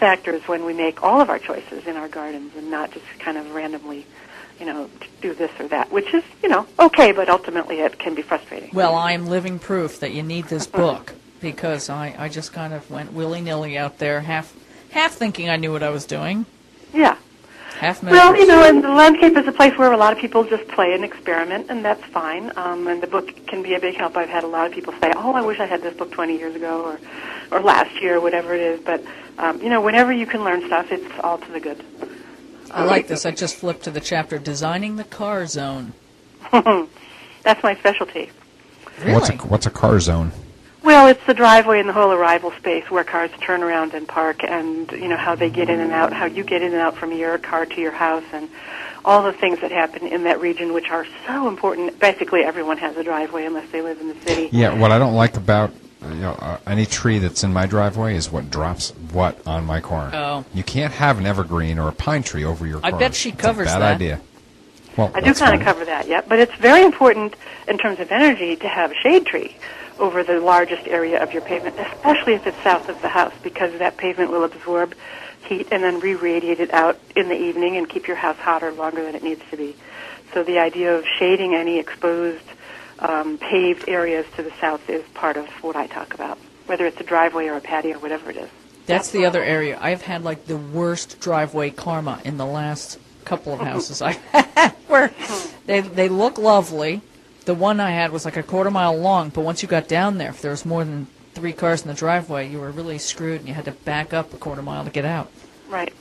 [SPEAKER 7] factors when we make all of our choices in our gardens and not just kind of randomly, you know, t- do this or that, which is, you know, okay, but ultimately it can be frustrating.
[SPEAKER 3] Well, I am living proof that you need this book because I, I just kind of went willy nilly out there, half half thinking I knew what I was doing,
[SPEAKER 7] Yeah.
[SPEAKER 3] half
[SPEAKER 7] Well, you
[SPEAKER 3] measures.
[SPEAKER 7] know, and the landscape is a place where a lot of people just play and experiment, and that's fine. Um, and the book can be a big help. I've had a lot of people say, "Oh, I wish I had this book 20 years ago, or, or last year, or whatever it is." But um, you know, whenever you can learn stuff, it's all to the good.
[SPEAKER 3] I like this. I just flipped to the chapter designing the car zone.
[SPEAKER 7] (laughs) That's my specialty.
[SPEAKER 3] Really?
[SPEAKER 2] What's a what's a car zone?
[SPEAKER 7] Well, it's the driveway and the whole arrival space where cars turn around and park, and you know how they get in and out, how you get in and out from your car to your house, and all the things that happen in that region, which are so important. Basically, everyone has a driveway unless they live in the city.
[SPEAKER 2] Yeah, what I don't like about uh, you know, uh, any tree that's in my driveway is what drops what on my corn.
[SPEAKER 3] Oh.
[SPEAKER 2] You can't have an evergreen or a pine tree over your
[SPEAKER 3] I
[SPEAKER 2] corn.
[SPEAKER 3] bet she
[SPEAKER 2] It's
[SPEAKER 3] covers
[SPEAKER 2] a bad
[SPEAKER 3] that.
[SPEAKER 2] idea. Well,
[SPEAKER 7] I do
[SPEAKER 2] that's
[SPEAKER 7] kind of
[SPEAKER 2] fine.
[SPEAKER 7] cover that, yeah. But it's very important in terms of energy to have a shade tree over the largest area of your pavement, especially if it's south of the house, because that pavement will absorb heat and then re-radiate it out in the evening and keep your house hotter longer than it needs to be. So the idea of shading any exposed um, paved areas to the south is part of what I talk about, whether it's a driveway or a patio, whatever it is.
[SPEAKER 3] That's the other area. I've had like the worst driveway karma in the last couple of houses I (laughs) had where they they look lovely. The one I had was like a quarter mile long, but once you got down there, if there was more than three cars in the driveway, you were really screwed and you had to back up a quarter mile to get out.
[SPEAKER 7] Right.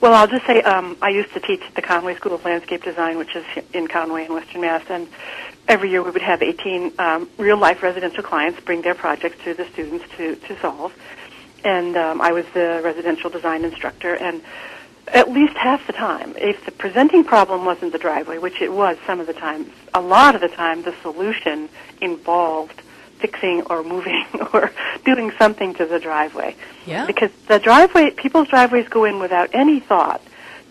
[SPEAKER 7] Well, I'll just say um, I used to teach at the Conway School of Landscape Design, which is in Conway in Western Mass, and every year we would have 18 um, real-life residential clients bring their projects to the students to, to solve. And um, I was the residential design instructor, and at least half the time, if the presenting problem wasn't the driveway, which it was some of the time, a lot of the time the solution involved fixing or moving (laughs) or doing something to the driveway.
[SPEAKER 3] Yeah.
[SPEAKER 7] Because the driveway, people's driveways go in without any thought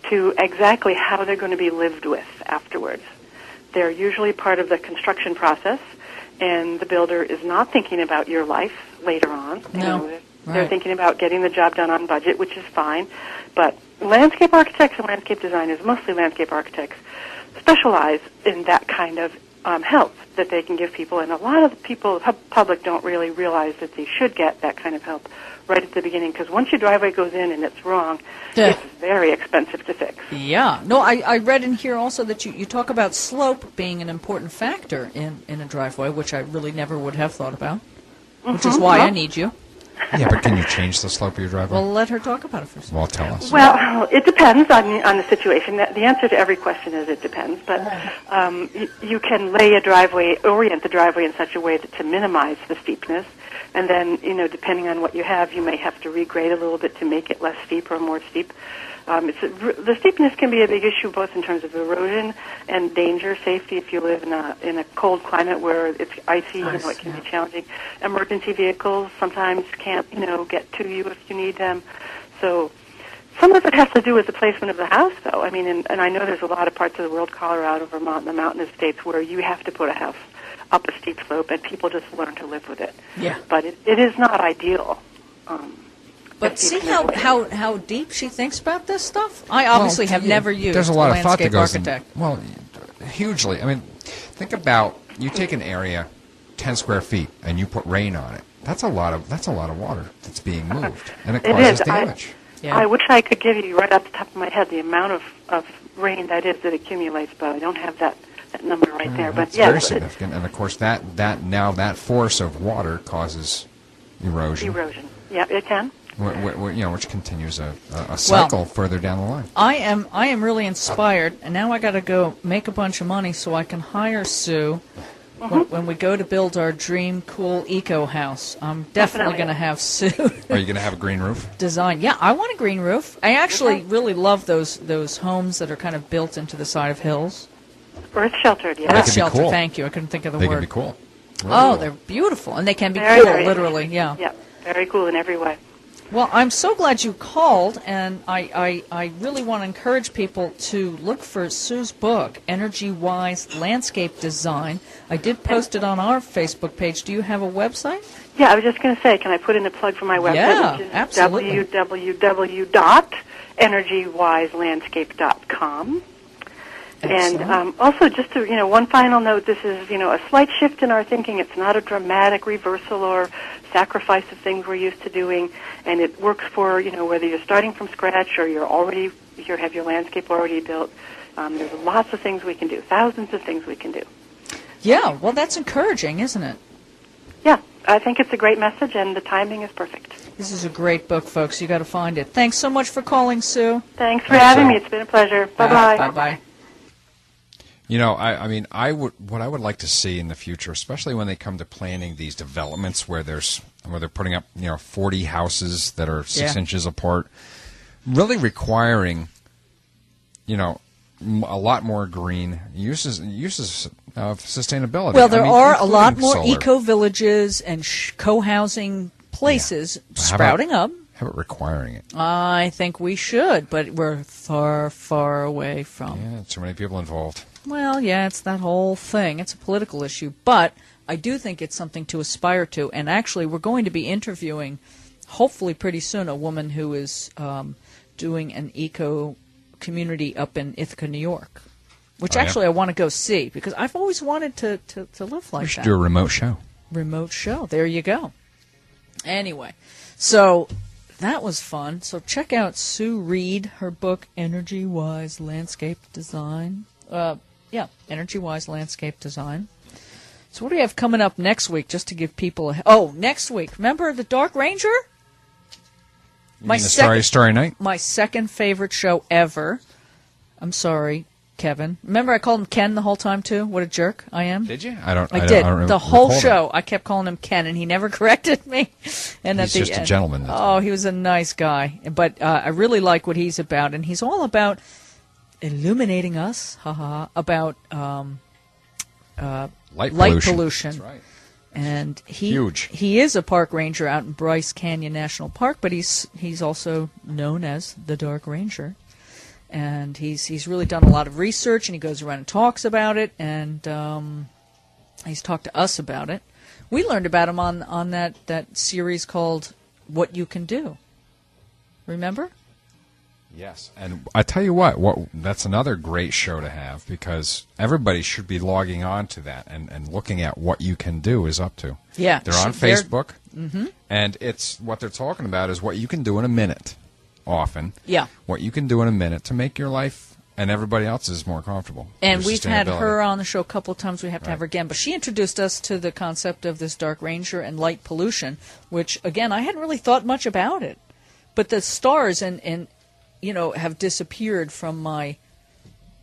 [SPEAKER 7] to exactly how they're going to be lived with afterwards. They're usually part of the construction process, and the builder is not thinking about your life later on. You
[SPEAKER 3] No.
[SPEAKER 7] know, they're- they're
[SPEAKER 3] Right.
[SPEAKER 7] thinking about getting the job done on budget, which is fine. But landscape architects and landscape designers, mostly landscape architects, specialize in that kind of um, help that they can give people. And a lot of the people, the pub- public, don't really realize that they should get that kind of help right at the beginning. Because once your driveway goes in and it's wrong,
[SPEAKER 3] Yeah.
[SPEAKER 7] it's very expensive to fix.
[SPEAKER 3] Yeah. No, I, I read in here also that you, you talk about slope being an important factor in, in a driveway, which I really never would have thought about, which is why I need you.
[SPEAKER 2] Yeah, but can you change the slope of your driveway?
[SPEAKER 3] Well, let her talk about it for a second.
[SPEAKER 2] Well, tell us.
[SPEAKER 7] Well, it depends on on the situation. The the answer to every question is it depends, but um, you, you can lay a driveway, orient the driveway in such a way that to minimize the steepness, and then you know depending on what you have, you may have to regrade a little bit to make it less steep or more steep. Um, it's a, the steepness can be a big issue both in terms of erosion and danger, safety. If you live in a in a cold climate where it's icy, you know it can be challenging. Emergency vehicles sometimes can't you know get to you if you need them. So some of it has to do with the placement of the house, though. I mean, and, and I know there's a lot of parts of the world, Colorado, Vermont, and the mountainous states, where you have to put a house up a steep slope, and people just learn to live with it.
[SPEAKER 3] Yeah.
[SPEAKER 7] But it, it is not ideal. Um,
[SPEAKER 3] But
[SPEAKER 7] if you
[SPEAKER 3] see
[SPEAKER 7] can
[SPEAKER 3] how,
[SPEAKER 7] avoid it.
[SPEAKER 3] how, how deep she thinks about this stuff? I obviously
[SPEAKER 2] Well,
[SPEAKER 3] have
[SPEAKER 2] yeah,
[SPEAKER 3] never used
[SPEAKER 2] There's a lot of
[SPEAKER 3] landscape
[SPEAKER 2] thought that goes in-
[SPEAKER 3] architect.
[SPEAKER 2] well, hugely. I mean, think about you take an area, ten square feet, and you put rain on it. That's a lot of that's a lot of water that's being moved, and it
[SPEAKER 7] (laughs) It
[SPEAKER 2] causes
[SPEAKER 7] is. I-
[SPEAKER 2] damage.
[SPEAKER 3] Yeah.
[SPEAKER 7] I wish I could give you right off the top of my head the amount of, of rain that is that accumulates, but I don't have that, that number right there.
[SPEAKER 2] Mm,
[SPEAKER 7] But
[SPEAKER 2] That's
[SPEAKER 7] yes,
[SPEAKER 2] very
[SPEAKER 7] it-
[SPEAKER 2] significant, and of course that that now that force of water causes erosion,
[SPEAKER 7] erosion. Yeah, it can.
[SPEAKER 2] wh- wh- wh- you know, which continues a, a, a cycle further down the line.
[SPEAKER 3] I am I am really inspired, and now I got to go make a bunch of money so I can hire Sue
[SPEAKER 7] Uh-huh.
[SPEAKER 3] when, when we go to build our dream cool eco house. I'm definitely
[SPEAKER 7] Definitely.
[SPEAKER 3] going to have Sue (laughs)
[SPEAKER 2] Are you going to have a green roof?
[SPEAKER 3] design. Yeah, I want a green roof. I actually really love those those homes that are kind of built into the side of hills.
[SPEAKER 7] Earth sheltered,
[SPEAKER 2] They
[SPEAKER 7] yeah.
[SPEAKER 2] could be
[SPEAKER 3] Shelter,
[SPEAKER 2] cool.
[SPEAKER 3] thank you. I couldn't think of the
[SPEAKER 2] They
[SPEAKER 3] word.
[SPEAKER 2] can be cool.
[SPEAKER 3] Oh, they're beautiful, and they can be
[SPEAKER 7] Very,
[SPEAKER 3] cool,
[SPEAKER 7] very-
[SPEAKER 3] literally. Yeah.
[SPEAKER 7] Yeah, very cool in every way.
[SPEAKER 3] Well, I'm so glad you called, and I, I, I really want to encourage people to look for Sue's book, Energy Wise Landscape Design. I did post it on our Facebook page. Do you have a website?
[SPEAKER 7] Yeah, I was just going to say, can I put in a plug for my website?
[SPEAKER 3] Yeah,
[SPEAKER 7] which is
[SPEAKER 3] absolutely.
[SPEAKER 7] www.energywiselandscape.com. And
[SPEAKER 3] Excellent.
[SPEAKER 7] um, also, just to, you know, one final note this is, you know, a slight shift in our thinking. It's not a dramatic reversal or sacrifice of things we're used to doing. And it works for, you know, whether you're starting from scratch or you're already, you have your landscape already built. Um, there's lots of things we can do, thousands of things we can do.
[SPEAKER 3] Yeah, well, that's encouraging, isn't it?
[SPEAKER 7] Yeah, I think it's a great message, and the timing is perfect.
[SPEAKER 3] This is a great book, folks. you got to find it. Thanks so much for calling, Sue.
[SPEAKER 7] Thanks for having me. It's been a pleasure. Bye-bye.
[SPEAKER 3] Bye bye.
[SPEAKER 2] You know, I, I mean, I would what I would like to see in the future, especially when they come to planning these developments where there's where they're putting up you know forty houses that are six
[SPEAKER 3] Yeah.
[SPEAKER 2] inches apart, really requiring, you know, m- a lot more green uses uses of sustainability.
[SPEAKER 3] Well,
[SPEAKER 2] I
[SPEAKER 3] there
[SPEAKER 2] mean,
[SPEAKER 3] are a lot
[SPEAKER 2] including
[SPEAKER 3] more
[SPEAKER 2] solar.
[SPEAKER 3] eco villages and sh- co housing places
[SPEAKER 2] How about-
[SPEAKER 3] sprouting up.
[SPEAKER 2] How about requiring it?
[SPEAKER 3] Uh, I think we should, but we're far, far away from.
[SPEAKER 2] Yeah, too many people involved.
[SPEAKER 3] Well, yeah, it's that whole thing. It's a political issue, but I do think it's something to aspire to. And actually, we're going to be interviewing, hopefully pretty soon, a woman who is um, doing an eco community up in Ithaca, New York, which
[SPEAKER 2] Oh, yeah?
[SPEAKER 3] actually I want to go see because I've always wanted to, to, to live like
[SPEAKER 2] We should
[SPEAKER 3] that
[SPEAKER 2] do a remote show.
[SPEAKER 3] remote show. There you go. Anyway, so that was fun. So check out Sue Reed, her book Energy Wise Landscape Design. Uh, yeah, Energy Wise Landscape Design. So what do we have coming up next week? Just to give people a oh, next week. Remember the Dark Ranger?
[SPEAKER 2] You mean the Starry Starry Night.
[SPEAKER 3] my second favorite show ever. I'm sorry, Kevin. Remember I called him Ken the whole time too. What a jerk I am.
[SPEAKER 2] Did you? I don't.
[SPEAKER 3] I,
[SPEAKER 2] I,
[SPEAKER 3] did
[SPEAKER 2] Don't, I don't
[SPEAKER 3] the whole
[SPEAKER 2] recall that.
[SPEAKER 3] show. I kept calling him Ken, and he never (laughs) corrected me. And
[SPEAKER 2] He's
[SPEAKER 3] at the
[SPEAKER 2] just a
[SPEAKER 3] end-
[SPEAKER 2] gentleman, that's
[SPEAKER 3] Oh, he was a nice guy, but uh, I really like what he's about, and he's all about illuminating us, haha, about um,
[SPEAKER 2] Light
[SPEAKER 3] light
[SPEAKER 2] pollution.
[SPEAKER 3] pollution.
[SPEAKER 2] That's right.
[SPEAKER 3] and he
[SPEAKER 2] Huge.
[SPEAKER 3] he is a park ranger out in Bryce Canyon National Park, but he's he's also known as the Dark Ranger. And he's he's really done a lot of research, and he goes around and talks about it, and um, he's talked to us about it. We learned about him on on that that series called "What You Can Do." Remember?
[SPEAKER 2] Yes, and I tell you what, what that's another great show to have because everybody should be logging on to that and, and looking at what you can do is up to.
[SPEAKER 3] Yeah,
[SPEAKER 2] they're on
[SPEAKER 3] so they're-
[SPEAKER 2] Facebook,
[SPEAKER 3] Mm-hmm.
[SPEAKER 2] and it's what they're talking about is what you can do in a minute. Often,
[SPEAKER 3] Yeah.
[SPEAKER 2] what you can do in a minute to make your life and everybody else's more comfortable.
[SPEAKER 3] And
[SPEAKER 2] Your
[SPEAKER 3] we've had
[SPEAKER 2] sustainability.
[SPEAKER 3] her on the show a couple of times. We have to have her
[SPEAKER 2] Right.
[SPEAKER 3] again. But she introduced us to the concept of this dark ranger and light pollution, which again I hadn't really thought much about it. But the stars and and you know have disappeared from my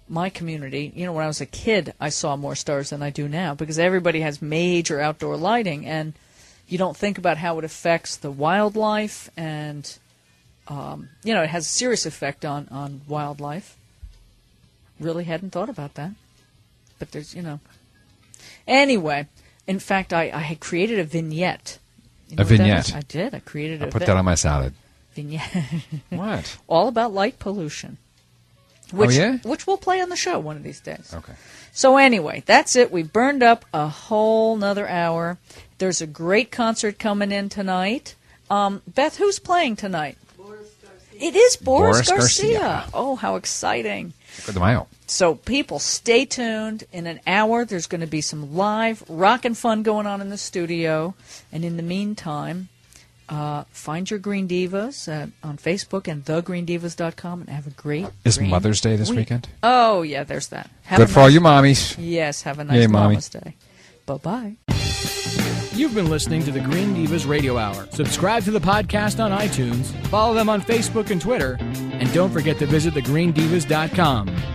[SPEAKER 3] my community. You know, when I was a kid, I saw more stars than I do now because everybody has major outdoor lighting, and you don't think about how it affects the wildlife, and um, you know it has a serious effect on on wildlife. Really hadn't thought about that, but there's you know. Anyway, in fact, I, I had created a vignette. You know
[SPEAKER 2] A
[SPEAKER 3] what that
[SPEAKER 2] vignette.
[SPEAKER 3] is? I did. I created
[SPEAKER 2] I
[SPEAKER 3] a
[SPEAKER 2] put
[SPEAKER 3] vi-
[SPEAKER 2] that on my
[SPEAKER 3] (laughs)
[SPEAKER 2] salad.
[SPEAKER 3] vignette (laughs)
[SPEAKER 2] What?
[SPEAKER 3] all about light pollution. Which,
[SPEAKER 2] Oh, yeah?
[SPEAKER 3] which we'll play on the show one of these days.
[SPEAKER 2] Okay.
[SPEAKER 3] So anyway, that's it. We burned up a whole nother hour. There's a great concert coming in tonight. Um, Beth, who's playing tonight? It is Boris,
[SPEAKER 2] Boris Garcia.
[SPEAKER 3] Garcia. Oh, how exciting.
[SPEAKER 2] Put them out.
[SPEAKER 3] So, people, stay tuned. In an hour, there's going to be some live rock and fun going on in the studio. And in the meantime, uh, find your Green Divas uh, on Facebook and thegreendivas.com and have a great
[SPEAKER 2] Is
[SPEAKER 3] green
[SPEAKER 2] Mother's Day this
[SPEAKER 3] week.
[SPEAKER 2] weekend?
[SPEAKER 3] Oh, yeah, there's that. Have
[SPEAKER 2] Good
[SPEAKER 3] a
[SPEAKER 2] for all you mommies.
[SPEAKER 3] Yes, have a nice
[SPEAKER 2] Yay, mommy.
[SPEAKER 3] Mama's Day. Bye bye.
[SPEAKER 1] You've been listening to the Green Divas Radio Hour. Subscribe to the podcast on iTunes, follow them on Facebook and Twitter, and don't forget to visit thegreendivas.com.